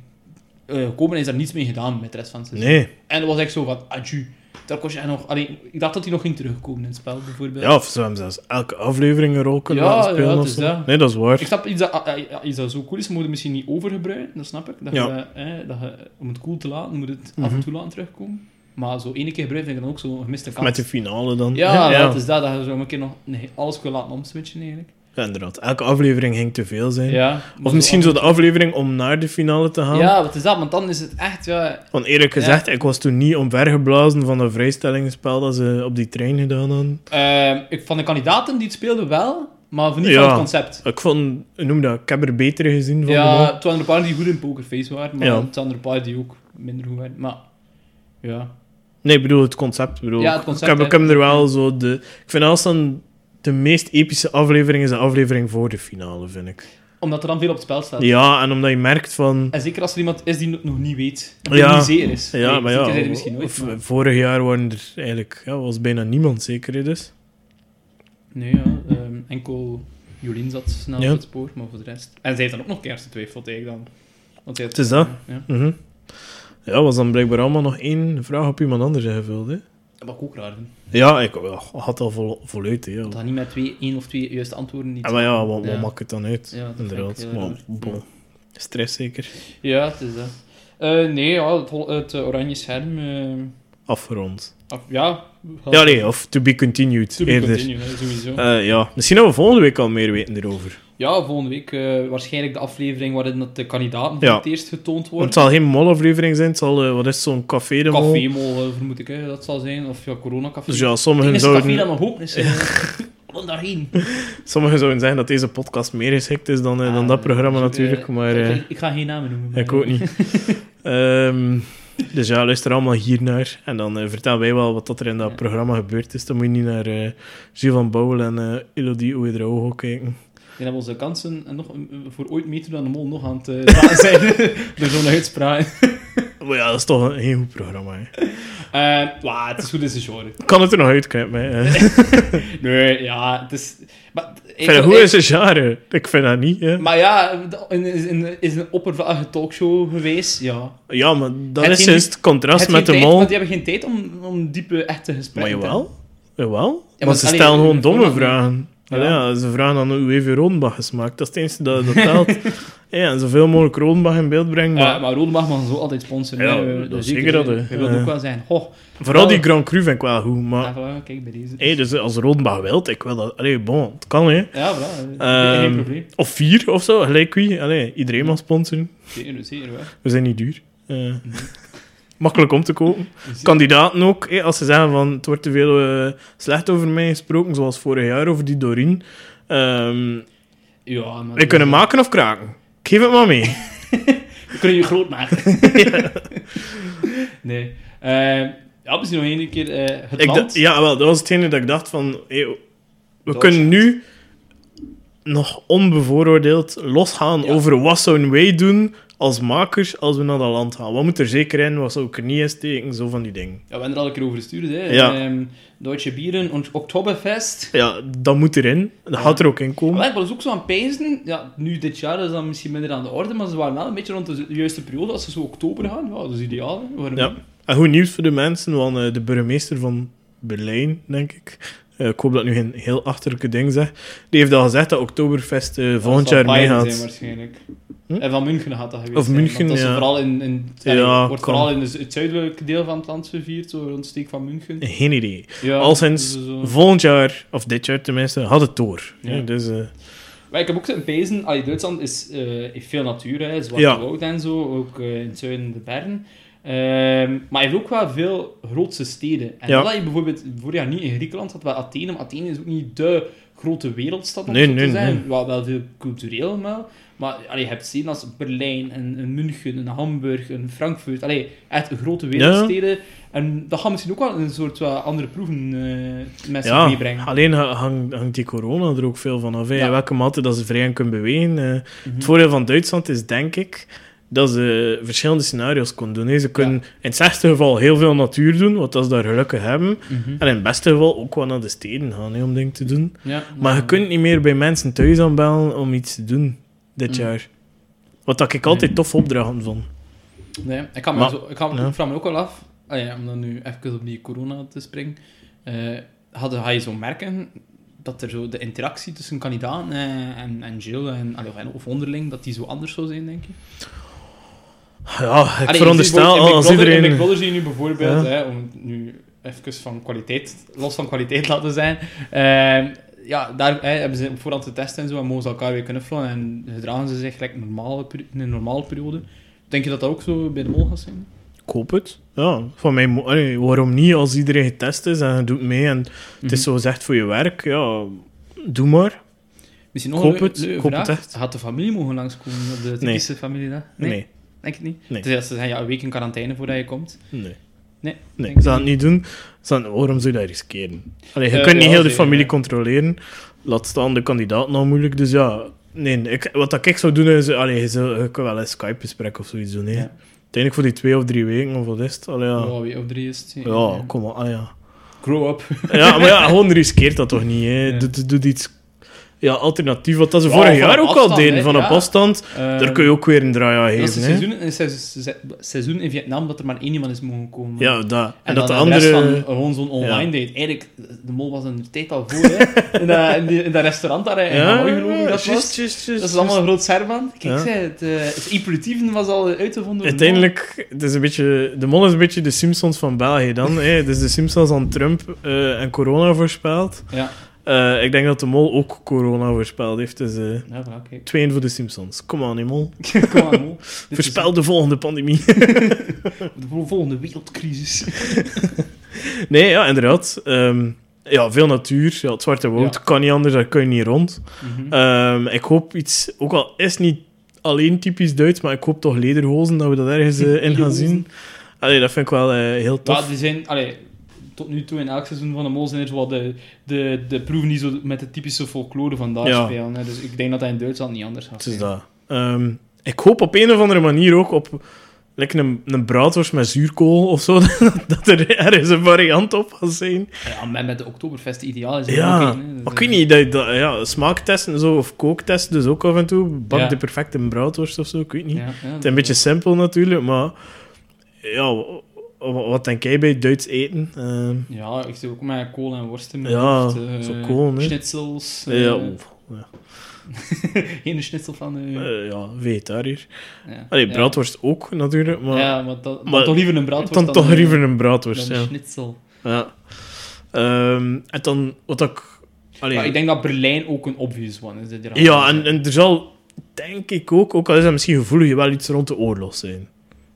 [SPEAKER 2] eh, gekomen en is daar niets mee gedaan met de rest van het seizoen.
[SPEAKER 1] Nee.
[SPEAKER 2] En dat was echt zo van, adieu. Daar kost je echt nog... Allee, ik dacht dat hij nog ging terugkomen in het spel, bijvoorbeeld.
[SPEAKER 1] Ja, of ze hebben zelfs elke aflevering een rol kunnen
[SPEAKER 2] Ja,
[SPEAKER 1] laten spelen
[SPEAKER 2] ja, het
[SPEAKER 1] of
[SPEAKER 2] is
[SPEAKER 1] zo.
[SPEAKER 2] dat.
[SPEAKER 1] Nee, dat is waar.
[SPEAKER 2] Ik snap iets dat, eh, eh, iets dat zo cool is, moet je misschien niet overgebruiken, dat snap ik. Dat
[SPEAKER 1] Ja. Mhm.
[SPEAKER 2] je, eh, dat je, om het cool te laten, moet het af en toe laten terugkomen. Maar zo ene keer gebruiken, vind ik dan ook zo'n gemiste kans.
[SPEAKER 1] Met de finale dan.
[SPEAKER 2] Ja,
[SPEAKER 1] ja.
[SPEAKER 2] dat is dat, dat je zo een keer nog nee, alles kunt laten omswitchen, eigenlijk.
[SPEAKER 1] Ja, inderdaad. Elke aflevering ging te veel zijn.
[SPEAKER 2] Ja,
[SPEAKER 1] Of
[SPEAKER 2] maar
[SPEAKER 1] misschien
[SPEAKER 2] af-
[SPEAKER 1] zo de aflevering om naar de finale te gaan.
[SPEAKER 2] Ja, wat is dat? Want dan is het echt, ja...
[SPEAKER 1] Want eerlijk gezegd, ik was toen niet omvergeblazen van dat vrijstellingsspel dat ze op die trein gedaan hadden.
[SPEAKER 2] eh, ik, van de kandidaten die het speelden wel, maar niet
[SPEAKER 1] Ja.
[SPEAKER 2] van het concept.
[SPEAKER 1] Ik vond, hoe noem dat, ik heb er betere gezien van de
[SPEAKER 2] Ja,
[SPEAKER 1] man.
[SPEAKER 2] het waren er een paar die goed in pokerface waren, maar
[SPEAKER 1] Ja.
[SPEAKER 2] het waren er een paar die ook minder goed waren. Maar ja,
[SPEAKER 1] Nee, ik bedoel het concept. Ik Bedoel,
[SPEAKER 2] Ja, het concept,
[SPEAKER 1] ik, heb, ik
[SPEAKER 2] hè.
[SPEAKER 1] heb er wel zo de... Ik vind als dan de meest epische aflevering is de aflevering voor de finale, vind ik.
[SPEAKER 2] omdat er dan veel op het spel staat.
[SPEAKER 1] Ja, en omdat je merkt van...
[SPEAKER 2] En zeker als er iemand is die het nog niet weet, of
[SPEAKER 1] Ja.
[SPEAKER 2] die niet zeer is.
[SPEAKER 1] Ja, eh,
[SPEAKER 2] Nee,
[SPEAKER 1] maar
[SPEAKER 2] zeker
[SPEAKER 1] ja,
[SPEAKER 2] zijn er misschien nooit.
[SPEAKER 1] v-
[SPEAKER 2] maar-
[SPEAKER 1] vorig jaar waren er eigenlijk, ja, was bijna niemand zeker, hè, dus.
[SPEAKER 2] Nee, ja, ehm, enkel Jolien zat snel
[SPEAKER 1] Ja.
[SPEAKER 2] op het spoor, maar voor de rest... En zij heeft dan ook nog keihard getwijfeld eigenlijk dan. Want zij had-
[SPEAKER 1] Het is dat.
[SPEAKER 2] Ja.
[SPEAKER 1] Mhm. Ja, was dan blijkbaar allemaal nog één vraag op iemand anders ingevuld, hè.
[SPEAKER 2] Dat ik ook raar vind.
[SPEAKER 1] Ja, ik ja, had al vol, voluit, hè. ja.
[SPEAKER 2] Dat had niet met twee, één of twee juiste antwoorden niet...
[SPEAKER 1] Ah, maar ja, wat, wat
[SPEAKER 2] Ja.
[SPEAKER 1] maakt het dan uit?
[SPEAKER 2] Ja, dat vind ik
[SPEAKER 1] Inderdaad.
[SPEAKER 2] heel
[SPEAKER 1] Maar,
[SPEAKER 2] raar.
[SPEAKER 1] bon. Stress zeker.
[SPEAKER 2] Ja, het is dat. Eh, nee, ja, het, hol- het eh, oranje scherm... eh,
[SPEAKER 1] Afgerond.
[SPEAKER 2] af- ja,
[SPEAKER 1] Ja, nee, of to be continued.
[SPEAKER 2] To be
[SPEAKER 1] eerder.
[SPEAKER 2] continued, hè, sowieso.
[SPEAKER 1] Eh, ja, misschien hebben we volgende week al meer weten erover.
[SPEAKER 2] Ja, volgende week eh, waarschijnlijk de aflevering waarin dat de kandidaten voor
[SPEAKER 1] Ja.
[SPEAKER 2] het eerst getoond
[SPEAKER 1] Want het
[SPEAKER 2] worden.
[SPEAKER 1] zal geen molaflevering zijn, het zal, eh, wat is het, zo'n café de mol?
[SPEAKER 2] Cafémol, eh, vermoed ik, hè, dat zal zijn. Of ja, coronacafé.
[SPEAKER 1] Dus ja,
[SPEAKER 2] het
[SPEAKER 1] sommigen
[SPEAKER 2] enige café dat
[SPEAKER 1] zouden,
[SPEAKER 2] nog open is. eh, Kom daarheen.
[SPEAKER 1] sommigen zouden zeggen dat deze podcast meer geschikt is dan, eh, dan dat
[SPEAKER 2] Ah,
[SPEAKER 1] programma
[SPEAKER 2] dus, eh,
[SPEAKER 1] natuurlijk, maar
[SPEAKER 2] ik-
[SPEAKER 1] eh,
[SPEAKER 2] ik, ik ga geen namen noemen. maar,
[SPEAKER 1] ik ook
[SPEAKER 2] eh,
[SPEAKER 1] niet. Ehm, dus ja, luister allemaal hier naar. En dan eh, vertellen wij wel wat dat er in dat
[SPEAKER 2] Ja.
[SPEAKER 1] programma gebeurd is. Dan moet je niet naar eh Gilles van Bouwel en eh Elodie Oedraogo kijken.
[SPEAKER 2] Ik denk dat we onze kansen en nog, eh, voor ooit mee te doen aan de mol nog aan het eh, draaien zijn. Door zo'n uitspraak.
[SPEAKER 1] Maar ja, dat is toch een heel goed programma. Hè.
[SPEAKER 2] Eh, maar het is goed, het is een genre.
[SPEAKER 1] Ik kan het er nog eh, uitknippen. hè. Ik
[SPEAKER 2] Nee, ja, het is... Maar, ik,
[SPEAKER 1] vind het goed is een genre. Ik vind dat niet. Hè.
[SPEAKER 2] maar ja, in, in, is een oppervlakkige talkshow geweest, ja.
[SPEAKER 1] Ja, maar dat
[SPEAKER 2] Het
[SPEAKER 1] is
[SPEAKER 2] geen-
[SPEAKER 1] juist het contrast
[SPEAKER 2] Het
[SPEAKER 1] met de
[SPEAKER 2] geen tijd,
[SPEAKER 1] mol.
[SPEAKER 2] Want die hebben geen tijd om, om diepe, echte
[SPEAKER 1] Maar
[SPEAKER 2] gesprekken te
[SPEAKER 1] jawel. Jawel.
[SPEAKER 2] maar
[SPEAKER 1] want ze
[SPEAKER 2] allee,
[SPEAKER 1] stellen gewoon
[SPEAKER 2] voor
[SPEAKER 1] domme
[SPEAKER 2] dat-
[SPEAKER 1] vragen.
[SPEAKER 2] Ja.
[SPEAKER 1] Allee, Ja. ze vragen dan hoe heeft je E Rodenbach gesmaakt? Dat is het enige dat, dat telt. ja, en zoveel mogelijk Rodenbach in beeld brengen. Maar
[SPEAKER 2] hebben. Ja, maar Rode mag man zo altijd sponsoren.
[SPEAKER 1] Ja,
[SPEAKER 2] hè.
[SPEAKER 1] dat
[SPEAKER 2] Dus
[SPEAKER 1] zeker dat, hè.
[SPEAKER 2] Je wilt
[SPEAKER 1] Ja.
[SPEAKER 2] ook wel zeggen, goh,
[SPEAKER 1] vooral die
[SPEAKER 2] wel-
[SPEAKER 1] Grand Cru vind ik wel goed. Maar
[SPEAKER 2] ja, voilà, kijk bij deze.
[SPEAKER 1] hey, dus als Rodenbach wilt, ik wil dat. Allee, bon, het kan hè.
[SPEAKER 2] Ja, voilà,
[SPEAKER 1] Ehm,
[SPEAKER 2] geen probleem.
[SPEAKER 1] Of vier of zo, gelijk wie. Allee, iedereen mag sponsoren.
[SPEAKER 2] Zeker, zeker. Hoor.
[SPEAKER 1] We zijn niet duur. Eh, makkelijk om te kopen. Kandidaten ook, eh, als ze zeggen van het wordt te veel eh, slecht over mij gesproken, zoals vorig jaar over die Doreen. Ehm
[SPEAKER 2] Ah, Ja, maar...
[SPEAKER 1] we kunnen maken of kraken. Ik geef het maar mee.
[SPEAKER 2] We kunnen je groot maken. nee. Eh, ja, misschien nog één keer eh, het
[SPEAKER 1] Ik
[SPEAKER 2] land.
[SPEAKER 1] dacht- ja, wel, dat was hetgene dat ik dacht van... hé, we
[SPEAKER 2] Dat
[SPEAKER 1] kunnen
[SPEAKER 2] is-
[SPEAKER 1] nu nog onbevooroordeeld losgaan
[SPEAKER 2] Ja.
[SPEAKER 1] over wat zouden wij doen als makers als we naar dat land gaan. Wat moet er zeker in, wat zou ik er niet in steken, zo van die dingen.
[SPEAKER 2] Ja, we hebben er al een keer over gestuurd, hè.
[SPEAKER 1] Ja.
[SPEAKER 2] Ehm, Deutsche Bieren, und Oktoberfest.
[SPEAKER 1] Ja, dat moet erin. Dat gaat er ook in komen.
[SPEAKER 2] Maar ik was ook zo aan het peinzen. Ja, nu dit jaar is dat misschien minder aan de orde, maar ze waren wel een beetje rond de juiste periode. Als ze zo oktober gaan, ja, dat is ideaal. Hè. Waarom
[SPEAKER 1] Ja.
[SPEAKER 2] niet?
[SPEAKER 1] En goed nieuws voor de mensen, want eh, de burgemeester van Berlijn, denk ik. eh, ik hoop dat ik nu geen heel achterlijke ding zeg. Die heeft al gezegd dat Oktoberfest eh, volgend
[SPEAKER 2] Dat
[SPEAKER 1] jaar
[SPEAKER 2] zal Bayern
[SPEAKER 1] meegaat.
[SPEAKER 2] zijn waarschijnlijk.
[SPEAKER 1] Hm?
[SPEAKER 2] En van München gaat dat geweest
[SPEAKER 1] Of
[SPEAKER 2] zijn,
[SPEAKER 1] München,
[SPEAKER 2] want dat is
[SPEAKER 1] ja.
[SPEAKER 2] vooral in, in,
[SPEAKER 1] Ja,
[SPEAKER 2] allee, wordt
[SPEAKER 1] kan.
[SPEAKER 2] vooral in de- het zuidelijke deel van het land gevierd, zo rond de steek van München.
[SPEAKER 1] Geen idee.
[SPEAKER 2] Ja,
[SPEAKER 1] Al sinds
[SPEAKER 2] dus zo.
[SPEAKER 1] volgend jaar, of dit jaar tenminste, had het door.
[SPEAKER 2] Ja.
[SPEAKER 1] Ja, dus, eh,
[SPEAKER 2] Maar ik heb ook zo'n pezen. Allee, Duitsland is, eh, heeft veel natuur, hè, zwarte
[SPEAKER 1] Ja.
[SPEAKER 2] woud en zo, ook eh, in het zuiden de bergen. Ehm, maar je hebt ook wel veel grootse steden. En
[SPEAKER 1] Ja.
[SPEAKER 2] dat had je bijvoorbeeld vorig jaar niet in Griekenland had, wel Athene. Maar Athene is ook niet de grote wereldstad, om
[SPEAKER 1] Nee,
[SPEAKER 2] zo
[SPEAKER 1] nee,
[SPEAKER 2] te zijn.
[SPEAKER 1] nee.
[SPEAKER 2] Wel, wel veel cultureel, maar... Maar allee, je hebt steden als Berlijn, en, en München, en Hamburg, en Frankfurt. Allee, echt grote wereldsteden. En dat gaat misschien ook wel een soort wat andere proeven eh met zich
[SPEAKER 1] ja,
[SPEAKER 2] meebrengen.
[SPEAKER 1] alleen ha- hang- hangt die corona er ook veel van af. hè.
[SPEAKER 2] Ja. Mhm.
[SPEAKER 1] In welke mate dat ze vrij aan kunnen bewegen. eh. Het voordeel van Duitsland is, denk ik, dat ze verschillende scenario's kunnen doen. hè. Ze kunnen in het slechtste geval heel veel natuur doen, wat dat ze daar gelukkig hebben.
[SPEAKER 2] Mhm.
[SPEAKER 1] En in het beste geval ook wel naar de steden gaan hè, om dingen te doen.
[SPEAKER 2] Ja,
[SPEAKER 1] Maar je kunt niet meer bij mensen thuis aanbellen om iets te doen dit
[SPEAKER 2] Mm.
[SPEAKER 1] jaar. Wat dat ik altijd tof opdrachten vond.
[SPEAKER 2] Nee, ik, kan me
[SPEAKER 1] Maar-
[SPEAKER 2] zo, ik, kan,
[SPEAKER 1] ja.
[SPEAKER 2] ik vraag me ook wel af, ah ja, om dan nu even op die corona te springen, eh had, ga je zo merken dat er zo de interactie tussen kandidaten eh, en, en Jill en, allee, of- en- of onderling, dat die zo anders zou zijn, denk je?
[SPEAKER 1] Ja, ik
[SPEAKER 2] Allee,
[SPEAKER 1] veronderstel
[SPEAKER 2] bijvoorbeeld in Big
[SPEAKER 1] als
[SPEAKER 2] Brother- In
[SPEAKER 1] iedereen...
[SPEAKER 2] Big Brother zie je nu bijvoorbeeld,
[SPEAKER 1] Ja.
[SPEAKER 2] hè, om het nu even van kwaliteit, los van kwaliteit laten zijn, ehm, ja, daar hè, hebben ze op voorhand te testen en zo, en mogen ze elkaar weer knuffelen en gedragen ze zich gelijk normale, peri- in een normale periode. Denk je dat dat ook zo bij de mol gaat zijn?
[SPEAKER 1] Ik hoop het. Ja, van mij, mo- allee, waarom niet als iedereen getest is en je doet mee en het
[SPEAKER 2] Mhm.
[SPEAKER 1] is zo gezegd voor je werk, ja, doe maar.
[SPEAKER 2] Misschien nog
[SPEAKER 1] Ik hoop
[SPEAKER 2] een leu-
[SPEAKER 1] het,
[SPEAKER 2] leuke
[SPEAKER 1] ik hoop
[SPEAKER 2] vraag.
[SPEAKER 1] het echt.
[SPEAKER 2] Had de familie mogen langskomen op de typische familiedag?
[SPEAKER 1] Nee,
[SPEAKER 2] Nee,
[SPEAKER 1] nee.
[SPEAKER 2] denk ik niet.
[SPEAKER 1] Nee.
[SPEAKER 2] Dus dat ze zeggen, ja, een week in quarantaine voordat je komt.
[SPEAKER 1] Nee,
[SPEAKER 2] Nee,
[SPEAKER 1] nee.
[SPEAKER 2] denk
[SPEAKER 1] ze gaan
[SPEAKER 2] ik
[SPEAKER 1] het niet doen. Ze gaan- waarom zou je dat riskeren? Allee, je
[SPEAKER 2] Eh,
[SPEAKER 1] kunt niet
[SPEAKER 2] ja,
[SPEAKER 1] heel de
[SPEAKER 2] zeker,
[SPEAKER 1] familie
[SPEAKER 2] ja.
[SPEAKER 1] controleren. Laat staan de kandidaat nou moeilijk. Dus ja, nee, ik, wat dat ik zou doen is... Allee, je, zou, je kan wel een Skype-gesprek of zoiets doen. hè.
[SPEAKER 2] Ja.
[SPEAKER 1] Uiteindelijk voor die twee of drie weken of wat is het? Allee, ja.
[SPEAKER 2] Ja, wie of drie is het.
[SPEAKER 1] Ja, kom maar. Ah, ja.
[SPEAKER 2] Grow up.
[SPEAKER 1] ja, maar ja, gewoon riskeert dat toch niet. Hè.
[SPEAKER 2] Ja.
[SPEAKER 1] Doe, doe- doe iets ja, alternatief. Wat dat ze
[SPEAKER 2] Ja,
[SPEAKER 1] vorig
[SPEAKER 2] van
[SPEAKER 1] jaar
[SPEAKER 2] op
[SPEAKER 1] ook al
[SPEAKER 2] afstand,
[SPEAKER 1] deden,
[SPEAKER 2] hè.
[SPEAKER 1] van
[SPEAKER 2] Ja.
[SPEAKER 1] op afstand. Daar
[SPEAKER 2] Ehm,
[SPEAKER 1] kun je ook weer een draai aan
[SPEAKER 2] Dat is
[SPEAKER 1] geven.
[SPEAKER 2] het
[SPEAKER 1] hè.
[SPEAKER 2] seizoen, een seizoen, se- seizoen in Vietnam dat er maar één iemand is mogen komen.
[SPEAKER 1] Ja, dat. En,
[SPEAKER 2] En,
[SPEAKER 1] dat de
[SPEAKER 2] dan de rest
[SPEAKER 1] andere...
[SPEAKER 2] van gewoon zo'n online date. Eigenlijk, de mol was een tijd al voor, hè. In dat, in die- in dat restaurant daar, in
[SPEAKER 1] Ja,
[SPEAKER 2] Hanoi geloof ik dat
[SPEAKER 1] juist,
[SPEAKER 2] was.
[SPEAKER 1] juist, juist,
[SPEAKER 2] Dat is allemaal
[SPEAKER 1] juist.
[SPEAKER 2] een groot serban. Kijk,
[SPEAKER 1] Ja.
[SPEAKER 2] zei, het, eh, het impulsieven was al uitgevonden. door de mol.
[SPEAKER 1] Uiteindelijk, het is een beetje, de mol is een beetje de Simpsons van België dan. Hè. Dus de Simpsons aan Trump eh, en corona voorspeld.
[SPEAKER 2] Ja,
[SPEAKER 1] Eh, ik denk dat de mol ook corona voorspeld heeft. Dus eh
[SPEAKER 2] ja voilà, kijk.
[SPEAKER 1] tweeën voor de Simpsons. Kom aan, hè, mol.
[SPEAKER 2] Kom aan, mol. Dit is
[SPEAKER 1] Voorspel de volgende pandemie.
[SPEAKER 2] De vol- volgende wereldcrisis.
[SPEAKER 1] nee, ja, inderdaad. Ehm, ja, veel natuur. Ja, het Zwarte Woud
[SPEAKER 2] Ja.
[SPEAKER 1] kan niet anders, daar kun je niet rond.
[SPEAKER 2] Mhm.
[SPEAKER 1] Ehm, ik hoop iets, ook al is het niet alleen typisch Duits, maar ik hoop toch lederhozen, dat we dat ergens eh, in gaan zien. Allee, dat vind ik wel eh, heel tof.
[SPEAKER 2] Maar er zijn, allee, tot nu toe in elk seizoen van de Mol zijn er zo wat de, de, de proeven die zo met de typische folklore vandaag
[SPEAKER 1] Ja.
[SPEAKER 2] spelen. Hè. Dus ik denk dat dat in Duitsland niet anders gaat.
[SPEAKER 1] Het is
[SPEAKER 2] zijn.
[SPEAKER 1] dat. Ehm, ik hoop op een of andere manier ook op like een, een braadworst met zuurkool of zo, dat er ergens een variant op gaat zijn.
[SPEAKER 2] Ja, met, met de Oktoberfest ideaal is er ook
[SPEAKER 1] Ja,
[SPEAKER 2] een, hè. Dus,
[SPEAKER 1] maar ik weet
[SPEAKER 2] eh,
[SPEAKER 1] niet, dat, je dat, ja, smaaktesten zo, of kooktesten dus ook af en toe. Bak
[SPEAKER 2] Ja.
[SPEAKER 1] de perfecte braadworst of zo, ik weet niet.
[SPEAKER 2] ja, dus, eh, ja,
[SPEAKER 1] Het is een beetje simpel natuurlijk, maar ja, wa- wa- wat denk jij bij Duits eten? Ehm,
[SPEAKER 2] Ja, ik zit ook met kool en worsten.
[SPEAKER 1] Ja,
[SPEAKER 2] met, eh,
[SPEAKER 1] zo kool, hè.
[SPEAKER 2] Schnitzels. eh,
[SPEAKER 1] ja, oef, ja.
[SPEAKER 2] Geen schnitzel van... eh,
[SPEAKER 1] Eh, ja, vegetariër.
[SPEAKER 2] ja.
[SPEAKER 1] Allee,
[SPEAKER 2] Ja.
[SPEAKER 1] braadworst ook natuurlijk, maar
[SPEAKER 2] ja, maar, dat, dan
[SPEAKER 1] maar-
[SPEAKER 2] toch liever een braadworst
[SPEAKER 1] dan toch
[SPEAKER 2] een-
[SPEAKER 1] liever een
[SPEAKER 2] dan
[SPEAKER 1] braadworst.
[SPEAKER 2] een
[SPEAKER 1] ja.
[SPEAKER 2] schnitzel.
[SPEAKER 1] Ja. Ehm, en dan wat ik. Allee,
[SPEAKER 2] Maar ik denk dat Berlijn ook een obvious one is. dit jaar.
[SPEAKER 1] ja, en, en er zal denk ik ook, ook al is dat misschien gevoelig, wel iets rond de oorlog zijn.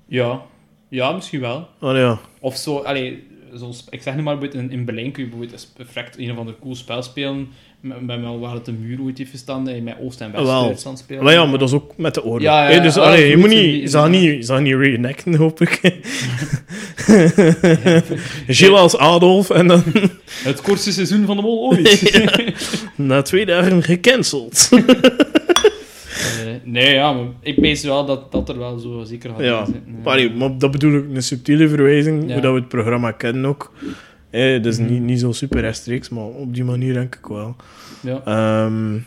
[SPEAKER 2] Ja. ja, misschien wel.
[SPEAKER 1] Allee, ja.
[SPEAKER 2] Of zo, allee, zo'n sp- ik zeg nu maar, bijvoorbeeld in, in Berlijn kun je bijvoorbeeld een sp- perfect een of ander cool spel spelen, met, met wel waar het de muur ooit heeft gestaan, dat je met Oost- en West-Duitsland speelt.
[SPEAKER 1] Maar ja, maar dat is ook met de oorlog.
[SPEAKER 2] Ja, ja,
[SPEAKER 1] hè, dus
[SPEAKER 2] ja,
[SPEAKER 1] allee, je
[SPEAKER 2] goed,
[SPEAKER 1] moet
[SPEAKER 2] in
[SPEAKER 1] niet,
[SPEAKER 2] die-
[SPEAKER 1] je
[SPEAKER 2] in
[SPEAKER 1] zal
[SPEAKER 2] die-
[SPEAKER 1] niet, je zal niet reenacten, hoop ik. Gilles als Adolf en dan
[SPEAKER 2] Het kortste seizoen van de Eh, mol ooit.
[SPEAKER 1] na twee dagen gecanceld.
[SPEAKER 2] Eh, nee, ja, maar ik pees wel dat, dat er wel zo zeker gaat
[SPEAKER 1] Ja,
[SPEAKER 2] in zitten.
[SPEAKER 1] maar, allee, maar dat bedoel ik, een subtiele verwijzing,
[SPEAKER 2] Ja. Mhm.
[SPEAKER 1] hoe dat we het programma kennen ook. Eh, dus niet, niet zo super rechtstreeks, maar op die manier denk ik wel.
[SPEAKER 2] Ja.
[SPEAKER 1] Ehm,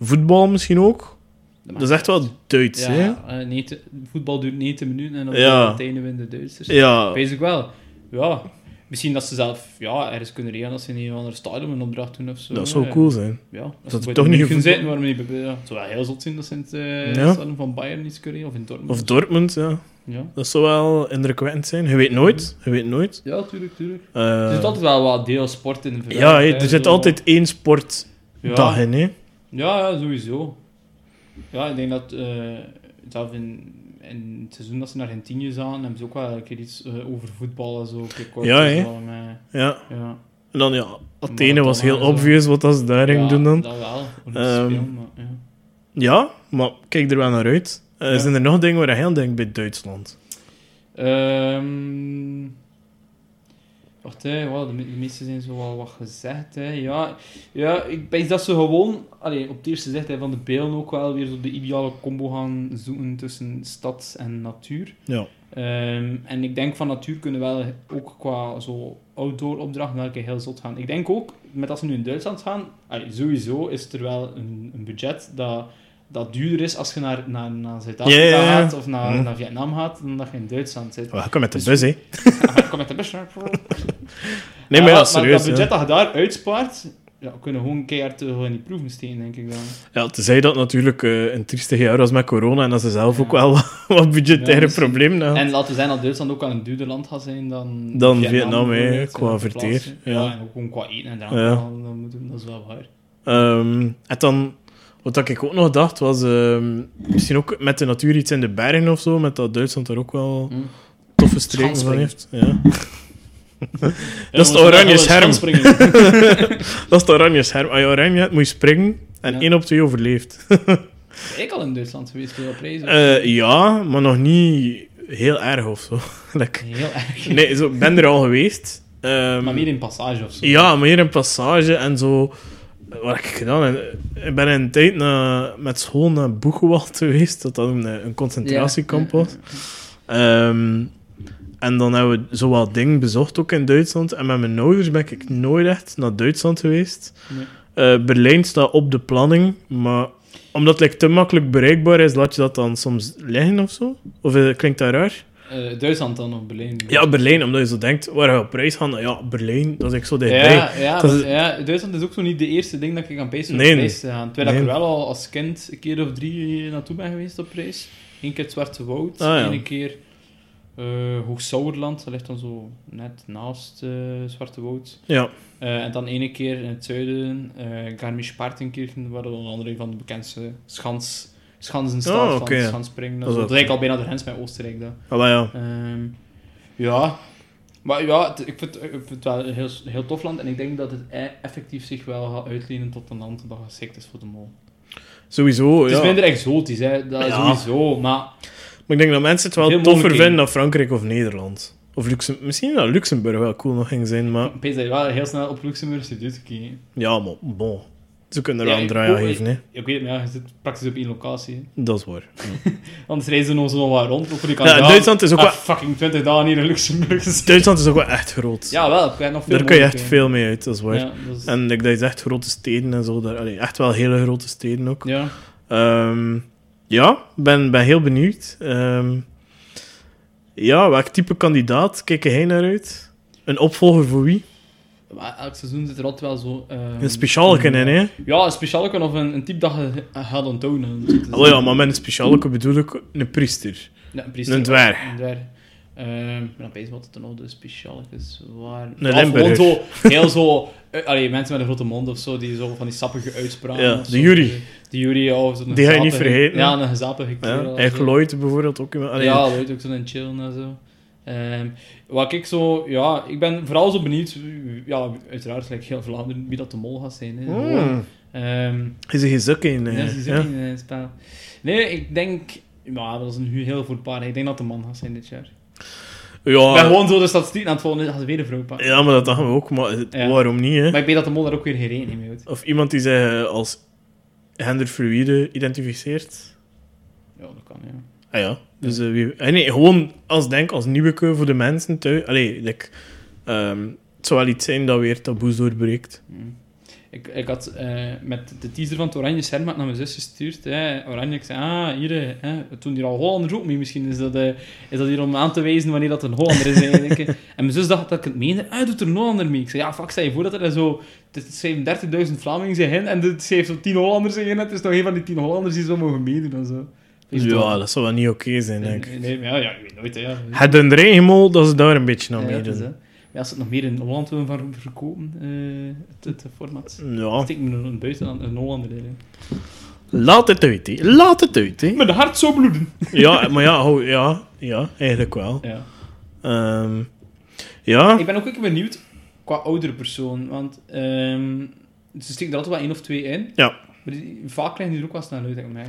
[SPEAKER 1] voetbal misschien ook. Dat is echt wel Duits,
[SPEAKER 2] Ja,
[SPEAKER 1] hè?
[SPEAKER 2] eh, negen- voetbal duurt 90 minuten en dan
[SPEAKER 1] Ja.
[SPEAKER 2] ja. meteen winnen de Duitsers.
[SPEAKER 1] Ja,
[SPEAKER 2] Pees ik wel. Ja, misschien dat ze zelf ja, ergens kunnen regelen als ze in een of ander stadion een opdracht doen of zo.
[SPEAKER 1] dat zou
[SPEAKER 2] Eh,
[SPEAKER 1] cool zijn.
[SPEAKER 2] Ja, als
[SPEAKER 1] Dat
[SPEAKER 2] dat
[SPEAKER 1] ze
[SPEAKER 2] ze
[SPEAKER 1] toch
[SPEAKER 2] toch
[SPEAKER 1] niet
[SPEAKER 2] niet kunnen
[SPEAKER 1] gevoetbald-
[SPEAKER 2] zitten, waarom niet? bij- Ja. Het zou wel heel zot zijn dat ze in het eh,
[SPEAKER 1] Ja.
[SPEAKER 2] stadion van Bayern iets kunnen of in Dortmund.
[SPEAKER 1] Of Dortmund, ja.
[SPEAKER 2] Ja.
[SPEAKER 1] Dat zou wel indrukwekkend zijn. Je weet nooit. Je weet nooit.
[SPEAKER 2] ja, tuurlijk, tuurlijk.
[SPEAKER 1] Eh,
[SPEAKER 2] Mm. er zit altijd wel wat deel sport in. verwerkt,
[SPEAKER 1] ja, hè,
[SPEAKER 2] hè,
[SPEAKER 1] er zit
[SPEAKER 2] zo.
[SPEAKER 1] altijd één sportdag
[SPEAKER 2] ja.
[SPEAKER 1] in, hè?
[SPEAKER 2] Ja, ja, sowieso. Ja, ik denk dat eh, zelf in, in het seizoen dat ze naar Argentinië zaten, hebben ze ook wel een keer iets eh, over voetbal en zo. Een keer kort
[SPEAKER 1] Ja,
[SPEAKER 2] en
[SPEAKER 1] hè.
[SPEAKER 2] zo, maar,
[SPEAKER 1] Ja.
[SPEAKER 2] ja.
[SPEAKER 1] En dan, ja, Athene
[SPEAKER 2] Marathon
[SPEAKER 1] was heel
[SPEAKER 2] en zo.
[SPEAKER 1] obvious wat dat ze daar
[SPEAKER 2] ja,
[SPEAKER 1] gingen doen dan.
[SPEAKER 2] Dat wel. Om
[SPEAKER 1] Ehm,
[SPEAKER 2] te spelen, maar, ja.
[SPEAKER 1] Ja, maar kijk er wel naar uit. Eh,
[SPEAKER 2] Ja.
[SPEAKER 1] Zijn er nog dingen waar je aan denkt bij Duitsland?
[SPEAKER 2] Ehm, wacht, hè, wel, de, me- de meeste zijn zo wel wat gezegd. Hè. Ja, ja, ik denk dat ze gewoon, allee, op het eerste zicht hè, van de beelden ook wel weer zo de ideale combo gaan zoeken tussen stad en natuur.
[SPEAKER 1] Ja.
[SPEAKER 2] Ehm, en ik denk van natuur kunnen wel ook qua zo outdoor opdrachten wel een keer heel zot gaan. Ik denk ook, met als ze nu in Duitsland gaan, allee, sowieso is er wel een, een budget dat dat duurder is als je naar, naar, naar Zuid-Afrika
[SPEAKER 1] Ja, ja, ja.
[SPEAKER 2] gaat of naar,
[SPEAKER 1] Hm.
[SPEAKER 2] naar Vietnam gaat dan dat je in Duitsland zit.
[SPEAKER 1] Wel, je kan met de bus, hè.
[SPEAKER 2] Ah, Kom met de bus. hè.
[SPEAKER 1] Nee, maar ja, serieus.
[SPEAKER 2] dat
[SPEAKER 1] hè.
[SPEAKER 2] budget dat je daar uitspaart, ja, we kunnen gewoon keihard terug in die proeven steken, denk ik dan.
[SPEAKER 1] Ja, tenzij dat natuurlijk eh, een triestig jaar was met corona en dat ze zelf
[SPEAKER 2] Ja.
[SPEAKER 1] ook wel wat- wat budgettaire
[SPEAKER 2] Ja, misschien.
[SPEAKER 1] problemen hadden.
[SPEAKER 2] En laten we zijn dat Duitsland ook wel een duurder land gaat zijn dan
[SPEAKER 1] Dan Vietnam, hè,
[SPEAKER 2] bijvoorbeeld,
[SPEAKER 1] qua
[SPEAKER 2] eh,
[SPEAKER 1] verteer,
[SPEAKER 2] plaatsen.
[SPEAKER 1] ja.
[SPEAKER 2] ja, en ook gewoon qua eten en drank.
[SPEAKER 1] Ja.
[SPEAKER 2] dan- dan moeten we- Dat is wel waar.
[SPEAKER 1] Ehm, en dan, wat dat ik ook nog dacht, was ehm, misschien ook met de natuur iets in de bergen of zo, met dat Duitsland daar ook wel
[SPEAKER 2] Mm.
[SPEAKER 1] toffe streken van
[SPEAKER 2] Schanspringen.
[SPEAKER 1] heeft. Ja. Dat is de oranje scherm. Dat is de oranje scherm. Als je oranje hebt, moet je springen en
[SPEAKER 2] Ja.
[SPEAKER 1] één op twee overleeft.
[SPEAKER 2] Ik al in Duitsland geweest, veel prijzen.
[SPEAKER 1] Eh, ja, maar nog niet heel erg of zo. Like,
[SPEAKER 2] Heel erg.
[SPEAKER 1] nee, zo, ik ben er al geweest. Ehm,
[SPEAKER 2] Maar meer in passage of zo.
[SPEAKER 1] Ja, meer een passage en zo. Wat heb ik gedaan? En, eh, Ik ben een tijd naar, met school naar Boegewald geweest, dat dat een, eh, een concentratiekamp
[SPEAKER 2] Ja.
[SPEAKER 1] was. Ehm, en dan hebben we zo wat dingen bezocht ook in Duitsland. En met mijn ouders ben ik nooit echt naar Duitsland geweest.
[SPEAKER 2] Nee.
[SPEAKER 1] Eh, Berlijn staat op de planning, maar omdat het like, te makkelijk bereikbaar is, laat je dat dan soms liggen of zo? Of eh, klinkt dat raar?
[SPEAKER 2] Eh, Duitsland dan of Berlijn?
[SPEAKER 1] Ja, Berlijn, omdat je zo denkt, waar we op reis gaan? Ja, Berlijn, dat is ik zo dichtbij.
[SPEAKER 2] Ja, ja,
[SPEAKER 1] Dat
[SPEAKER 2] maar-
[SPEAKER 1] is-
[SPEAKER 2] ja, Duitsland is ook zo niet de eerste ding dat ik aan prijs
[SPEAKER 1] Nee,
[SPEAKER 2] nee,
[SPEAKER 1] nee.
[SPEAKER 2] te gaan. Terwijl dat
[SPEAKER 1] Nee.
[SPEAKER 2] ik er wel al als kind een keer of drie naartoe ben geweest op reis. Eén keer het Zwarte Woud,
[SPEAKER 1] Ah, ja.
[SPEAKER 2] één keer eh Hoog-Sauerland, dat ligt dan zo net naast eh Zwarte Woud.
[SPEAKER 1] Ja.
[SPEAKER 2] Eh, en dan ene keer in het zuiden, eh Garmisch-Partenkirchen, waar dan onder andere van de bekendste schans, schansen staat
[SPEAKER 1] Oh, oké, ja.
[SPEAKER 2] van Schanspringen.
[SPEAKER 1] Dat
[SPEAKER 2] Dat,
[SPEAKER 1] is wel
[SPEAKER 2] is dat lijkt al bijna de grens met Oostenrijk. Dat.
[SPEAKER 1] Ah, maar ja.
[SPEAKER 2] Ehm, ja, maar ja, het- ik vind, ik vind het wel een heel, heel tof land. En ik denk dat het e- effectief zich wel gaat uitlenen tot een land dat geschikt is voor de mol.
[SPEAKER 1] Sowieso,
[SPEAKER 2] het
[SPEAKER 1] Oh, ja.
[SPEAKER 2] is minder exotisch, hè. Dat
[SPEAKER 1] Ja.
[SPEAKER 2] sowieso. Maar
[SPEAKER 1] Maar ik denk dat mensen het
[SPEAKER 2] Veel
[SPEAKER 1] wel toffer
[SPEAKER 2] mogelijkheden.
[SPEAKER 1] vinden dan Frankrijk of Nederland. Of Luxemburg. Misschien dat Luxemburg wel cool nog ging zijn, maar...
[SPEAKER 2] opeens dat je wel heel snel op Luxemburg dus zit uit te kijken.
[SPEAKER 1] Ja, maar bon. Ze kunnen er
[SPEAKER 2] Ja,
[SPEAKER 1] wel een
[SPEAKER 2] ik-
[SPEAKER 1] draai aan
[SPEAKER 2] oh,
[SPEAKER 1] geven, hè.
[SPEAKER 2] Ik weet het, maar ja, je zit praktisch op één locatie. hè.
[SPEAKER 1] Dat is waar.
[SPEAKER 2] Anders reizen we nog zo wat rond. Ook voor die
[SPEAKER 1] Ja,
[SPEAKER 2] kandidaat.
[SPEAKER 1] Duitsland is ook
[SPEAKER 2] Ah,
[SPEAKER 1] wel...
[SPEAKER 2] fucking 20 dagen hier in Luxemburg gezeten.
[SPEAKER 1] Duitsland is ook wel echt groot.
[SPEAKER 2] Ja, wel. Ik heb nog veel
[SPEAKER 1] Daar kun je echt
[SPEAKER 2] mogelijkheden.
[SPEAKER 1] veel mee uit, dat is waar.
[SPEAKER 2] Ja, dus- dat is-
[SPEAKER 1] En like, dat is echt grote steden en zo. Daar, allee, echt wel hele grote steden ook.
[SPEAKER 2] ja.
[SPEAKER 1] Ehm, ja, ben, ben heel benieuwd. Ehm, ja, welk type kandidaat kijk jij naar uit? Een opvolger voor wie?
[SPEAKER 2] Maar elk seizoen zit er altijd wel zo... ehm,
[SPEAKER 1] Een speciaalke in, hè?
[SPEAKER 2] Ja, een speciale kan of een, een type dat je gaat onthouden. om zo te
[SPEAKER 1] Hallo ja,
[SPEAKER 2] zeggen.
[SPEAKER 1] maar met een speciale
[SPEAKER 2] Hmm.
[SPEAKER 1] bedoel ik een priester.
[SPEAKER 2] Ja, een priester.
[SPEAKER 1] Een dwerg.
[SPEAKER 2] Een dwerg. Ehm, ik ben opeens wat het dan nog de speciale is. Waar...
[SPEAKER 1] Een
[SPEAKER 2] Of gewoon
[SPEAKER 1] Limburger.
[SPEAKER 2] zo, heel zo... eh, allee, mensen met een grote mond of zo, die zo van die sappige uitspraken.
[SPEAKER 1] Ja,
[SPEAKER 2] of
[SPEAKER 1] de
[SPEAKER 2] zo.
[SPEAKER 1] jury.
[SPEAKER 2] De jury, of zo'n
[SPEAKER 1] Die ga je niet
[SPEAKER 2] gezapige-
[SPEAKER 1] vergeten.
[SPEAKER 2] Ja, een gezapige kerel.
[SPEAKER 1] Ja.
[SPEAKER 2] of
[SPEAKER 1] En
[SPEAKER 2] zo.
[SPEAKER 1] Lloyd bijvoorbeeld ook. iemand- Allee,
[SPEAKER 2] ja, dat weet ook zo'n chillen en zo. Ehm, wat ik zo, ja, ik ben vooral zo benieuwd, wie- ja, uiteraard, gelijk heel Vlaanderen, wie dat de mol gaat zijn. Hè. Gewoon,
[SPEAKER 1] Mm.
[SPEAKER 2] ehm,
[SPEAKER 1] Is er geen zak in? eh,
[SPEAKER 2] dat is
[SPEAKER 1] ja.
[SPEAKER 2] ook niet een spel. Nee, ik denk, maar dat is een hu- heel goed paar. Ik denk dat de man gaat zijn dit jaar. Ik ben
[SPEAKER 1] Ja,
[SPEAKER 2] gewoon zo de statistiek aan het volgen, dan gaat ze weer een vrouw pakken.
[SPEAKER 1] ja, maar dat dachten we ook. Maar het-
[SPEAKER 2] Ja.
[SPEAKER 1] waarom niet, hè?
[SPEAKER 2] Maar ik weet dat de mol daar ook weer geen rekening mee houdt.
[SPEAKER 1] Of iemand die zich eh, als genderfluïde identificeert.
[SPEAKER 2] Ja, dat kan, ja.
[SPEAKER 1] Ah ja. Dus eh, wie... eh, nee, gewoon als denk, als nieuwe keu voor de mensen thuis. Allee, like, ehm, het zou wel iets zijn dat weer taboes doorbreekt.
[SPEAKER 2] Mm. Ik, ik had eh, met de teaser van het Oranje Scherm had ik naar mijn zus gestuurd. Hè. Oranje, ik zei, ah, hier, eh, hè. we doen hier al Hollanders ook mee. Misschien is dat, eh, is dat hier om aan te wijzen wanneer dat een Hollander is eigenlijk. hè. en mijn zus dacht dat ik het meende. Ah, doet er een Hollander mee? Ik zei, ja, fuck, stel je voor dat er dan zo... Het schrijven 30.000 Vlamingen zijn in en er schrijven zo 10 Hollanders in. Het is nog een van die 10 Hollanders die zo mogen meedoen en zo. Is dat-
[SPEAKER 1] Dus Ja, dat zou wel niet oké zijn,
[SPEAKER 2] Nee,
[SPEAKER 1] denk ik.
[SPEAKER 2] nee, nee, maar ja, ja, ik weet nooit, hè. Ja.
[SPEAKER 1] Het een regimol, dat ze daar een beetje naar
[SPEAKER 2] Ja, dat is,
[SPEAKER 1] meedoen.
[SPEAKER 2] hè. Ja, als ze het nog meer in Holland willen van verkopen, eh, het, het format.
[SPEAKER 1] Ja,
[SPEAKER 2] Steek me een buitenland, een Hollander in. hè.
[SPEAKER 1] laat het uit, hè. Laat het uit, hè.
[SPEAKER 2] Mijn hart zou bloeden.
[SPEAKER 1] Ja, maar ja, hou- ja, ja eigenlijk wel.
[SPEAKER 2] Ja.
[SPEAKER 1] Ehm, ja,
[SPEAKER 2] Ik ben ook een keer benieuwd qua oudere persoon, want ehm, ze steken er altijd wel één of twee in.
[SPEAKER 1] Ja.
[SPEAKER 2] Maar die, vaak krijgen die er ook wel snel uit, denk ik. mij.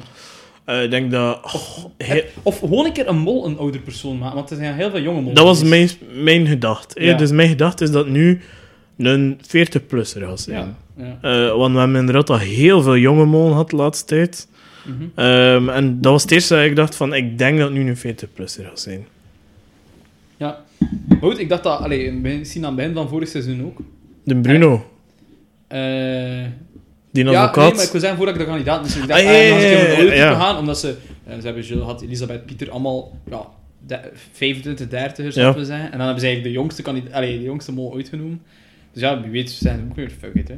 [SPEAKER 1] eh, ik denk dat... oh, he-
[SPEAKER 2] Of gewoon een keer een mol een ouder persoon maken, want er zijn heel veel jonge molen.
[SPEAKER 1] dat was mijn, mijn gedachte. hè.
[SPEAKER 2] Ja.
[SPEAKER 1] Dus mijn gedachte is dat nu een 40-plusser gaat zijn.
[SPEAKER 2] Ja. ja.
[SPEAKER 1] Eh, want we hebben inderdaad al heel veel jonge molen gehad de laatste tijd.
[SPEAKER 2] Mhm.
[SPEAKER 1] Ehm, en dat was het eerste dat ik dacht van, ik denk dat nu een 40-plusser gaat zijn.
[SPEAKER 2] ja. Maar goed, ik dacht dat, allee, we zien aan het begin van vorig seizoen ook.
[SPEAKER 1] De Bruno.
[SPEAKER 2] Eh,
[SPEAKER 1] Die
[SPEAKER 2] Ja, nee,
[SPEAKER 1] advocaat.
[SPEAKER 2] maar ik wil zeggen, voordat ik de kandidaat misschien dacht,
[SPEAKER 1] Ah,
[SPEAKER 2] ah,
[SPEAKER 1] ja, ja,
[SPEAKER 2] dan had ik
[SPEAKER 1] ja,
[SPEAKER 2] even naar
[SPEAKER 1] ja,
[SPEAKER 2] Eupen
[SPEAKER 1] ja.
[SPEAKER 2] gaan, omdat ze, eh, ze hebben Jules gehad, Elisabeth, Pieter, allemaal ja, de- 25, 30
[SPEAKER 1] Ja.
[SPEAKER 2] zouden we zeggen. En dan hebben ze eigenlijk de jongste, kandidaat, allee, de jongste mol ooit genoemd. Dus ja, wie weet zijn ze ook weer fuck it, hè.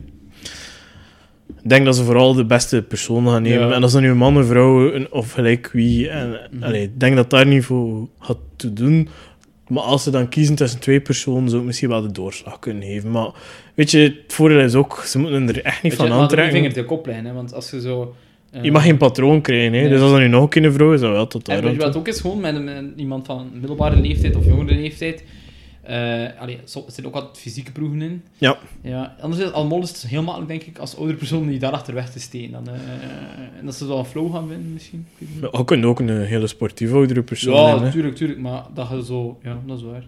[SPEAKER 1] Ik denk dat ze vooral de beste persoon gaan nemen.
[SPEAKER 2] Ja. Mhm.
[SPEAKER 1] En als dat nu een man, een vrouw een- of gelijk wie. En, allee, ik denk dat daar niet voor gaat te doen. Maar als ze dan kiezen tussen twee personen, zou ik misschien wel de doorslag kunnen geven. Maar weet je, het voordeel is ook, ze moeten er echt niet
[SPEAKER 2] Weet
[SPEAKER 1] van
[SPEAKER 2] je, laat er geen
[SPEAKER 1] aantrekken.
[SPEAKER 2] vinger te kop leggen, hè, want als je zo... eh,
[SPEAKER 1] Je mag geen patroon krijgen. Hè?
[SPEAKER 2] Nee.
[SPEAKER 1] Dus als dat nu nog een keer een vrouw is, dan wel tot daar.
[SPEAKER 2] En weet je
[SPEAKER 1] aan
[SPEAKER 2] wat
[SPEAKER 1] toe.
[SPEAKER 2] het ook is? Gewoon met, een- met iemand van middelbare leeftijd of jongere leeftijd. Eh allee, zo- er zitten ook wat fysieke proeven in.
[SPEAKER 1] Ja.
[SPEAKER 2] ja. Anders is het al mol is het dus heel makkelijk, denk ik, als oudere persoon die daarachter weg te steken. Dan, eh, en dat ze wel een flow gaan vinden, misschien. Ik weet het niet.
[SPEAKER 1] Maar je kunt ook een eh, hele sportieve oudere persoon
[SPEAKER 2] Ja,
[SPEAKER 1] hebben. hè.
[SPEAKER 2] tuurlijk, tuurlijk. Maar dat je zo... Ja, dat is waar.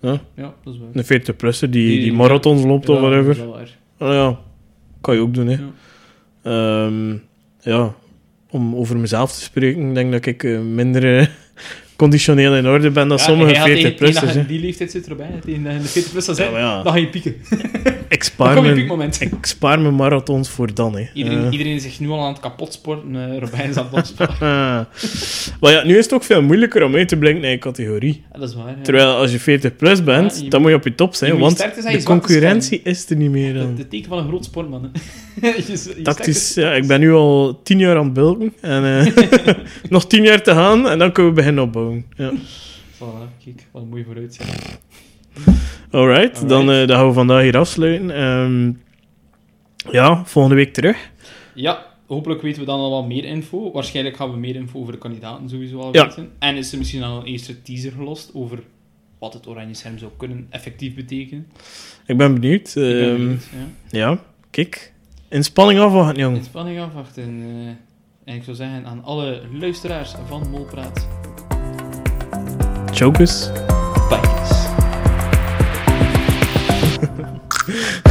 [SPEAKER 1] Ja.
[SPEAKER 2] Ja, dat is waar.
[SPEAKER 1] Een 40-plusser die, die,
[SPEAKER 2] Die-
[SPEAKER 1] marathons loopt of
[SPEAKER 2] Ja, dat
[SPEAKER 1] whatever.
[SPEAKER 2] is wel waar.
[SPEAKER 1] Ah ja, kan je ook doen, hè.
[SPEAKER 2] Ja.
[SPEAKER 1] Ja. Ehm, ja, om over mezelf te spreken, ik denk dat ik eh, minder eh, conditioneel in orde ben dan
[SPEAKER 2] Ja,
[SPEAKER 1] sommige
[SPEAKER 2] hij gaat tegen- tegen dat
[SPEAKER 1] 40-plussers,
[SPEAKER 2] je
[SPEAKER 1] hè.
[SPEAKER 2] in die leeftijd zit erbij. Tegen dat je in de 40-plussers
[SPEAKER 1] Ja,
[SPEAKER 2] zit,
[SPEAKER 1] maar ja,
[SPEAKER 2] dan ga je pieken.
[SPEAKER 1] ik
[SPEAKER 2] Dan
[SPEAKER 1] spaar,
[SPEAKER 2] kom je
[SPEAKER 1] mijn,
[SPEAKER 2] piekmoment.
[SPEAKER 1] ik spaar mijn marathons voor dan, hè.
[SPEAKER 2] Iedereen,
[SPEAKER 1] Eh,
[SPEAKER 2] iedereen is zich nu al aan het kapotsporten. eh Robijn is aan het opsporten.
[SPEAKER 1] ah. maar ja, nu is het ook veel moeilijker om uit te blinken naar je categorie.
[SPEAKER 2] Ja, dat is waar. ja.
[SPEAKER 1] Terwijl als je 40 plus bent,
[SPEAKER 2] Ja, je
[SPEAKER 1] dan moet je op je top zijn,
[SPEAKER 2] je moet
[SPEAKER 1] want
[SPEAKER 2] sterk te zijn,
[SPEAKER 1] de
[SPEAKER 2] je zwakte
[SPEAKER 1] concurrentie is er niet meer
[SPEAKER 2] De,
[SPEAKER 1] dan.
[SPEAKER 2] de teken van een groot sportman. hè. Je- je sterkte-
[SPEAKER 1] Tactisch, ja, ik ben nu al 10 jaar aan het bulken en eh, nog 10 jaar te gaan en dan kunnen we beginnen opbouwen. Ja.
[SPEAKER 2] Voilà, kijk, wat een mooie vooruitzicht.
[SPEAKER 1] Alright,
[SPEAKER 2] Alright.
[SPEAKER 1] Dan, eh, dan gaan we vandaag hier afsluiten. Ehm, ja, volgende week terug.
[SPEAKER 2] Ja, hopelijk weten we dan al wat meer info. Waarschijnlijk gaan we meer info over de kandidaten sowieso al
[SPEAKER 1] Ja.
[SPEAKER 2] weten. En is er misschien al een eerste teaser gelost over wat het oranje scherm zou kunnen effectief betekenen.
[SPEAKER 1] Ik ben benieuwd.
[SPEAKER 2] Ik ben
[SPEAKER 1] Ehm,
[SPEAKER 2] benieuwd, ja.
[SPEAKER 1] ja, kijk. In spanning afwachten, jong.
[SPEAKER 2] In spanning afwachten. eh, en ik zou zeggen aan alle luisteraars van Molpraat,
[SPEAKER 1] Chokers.
[SPEAKER 2] bye.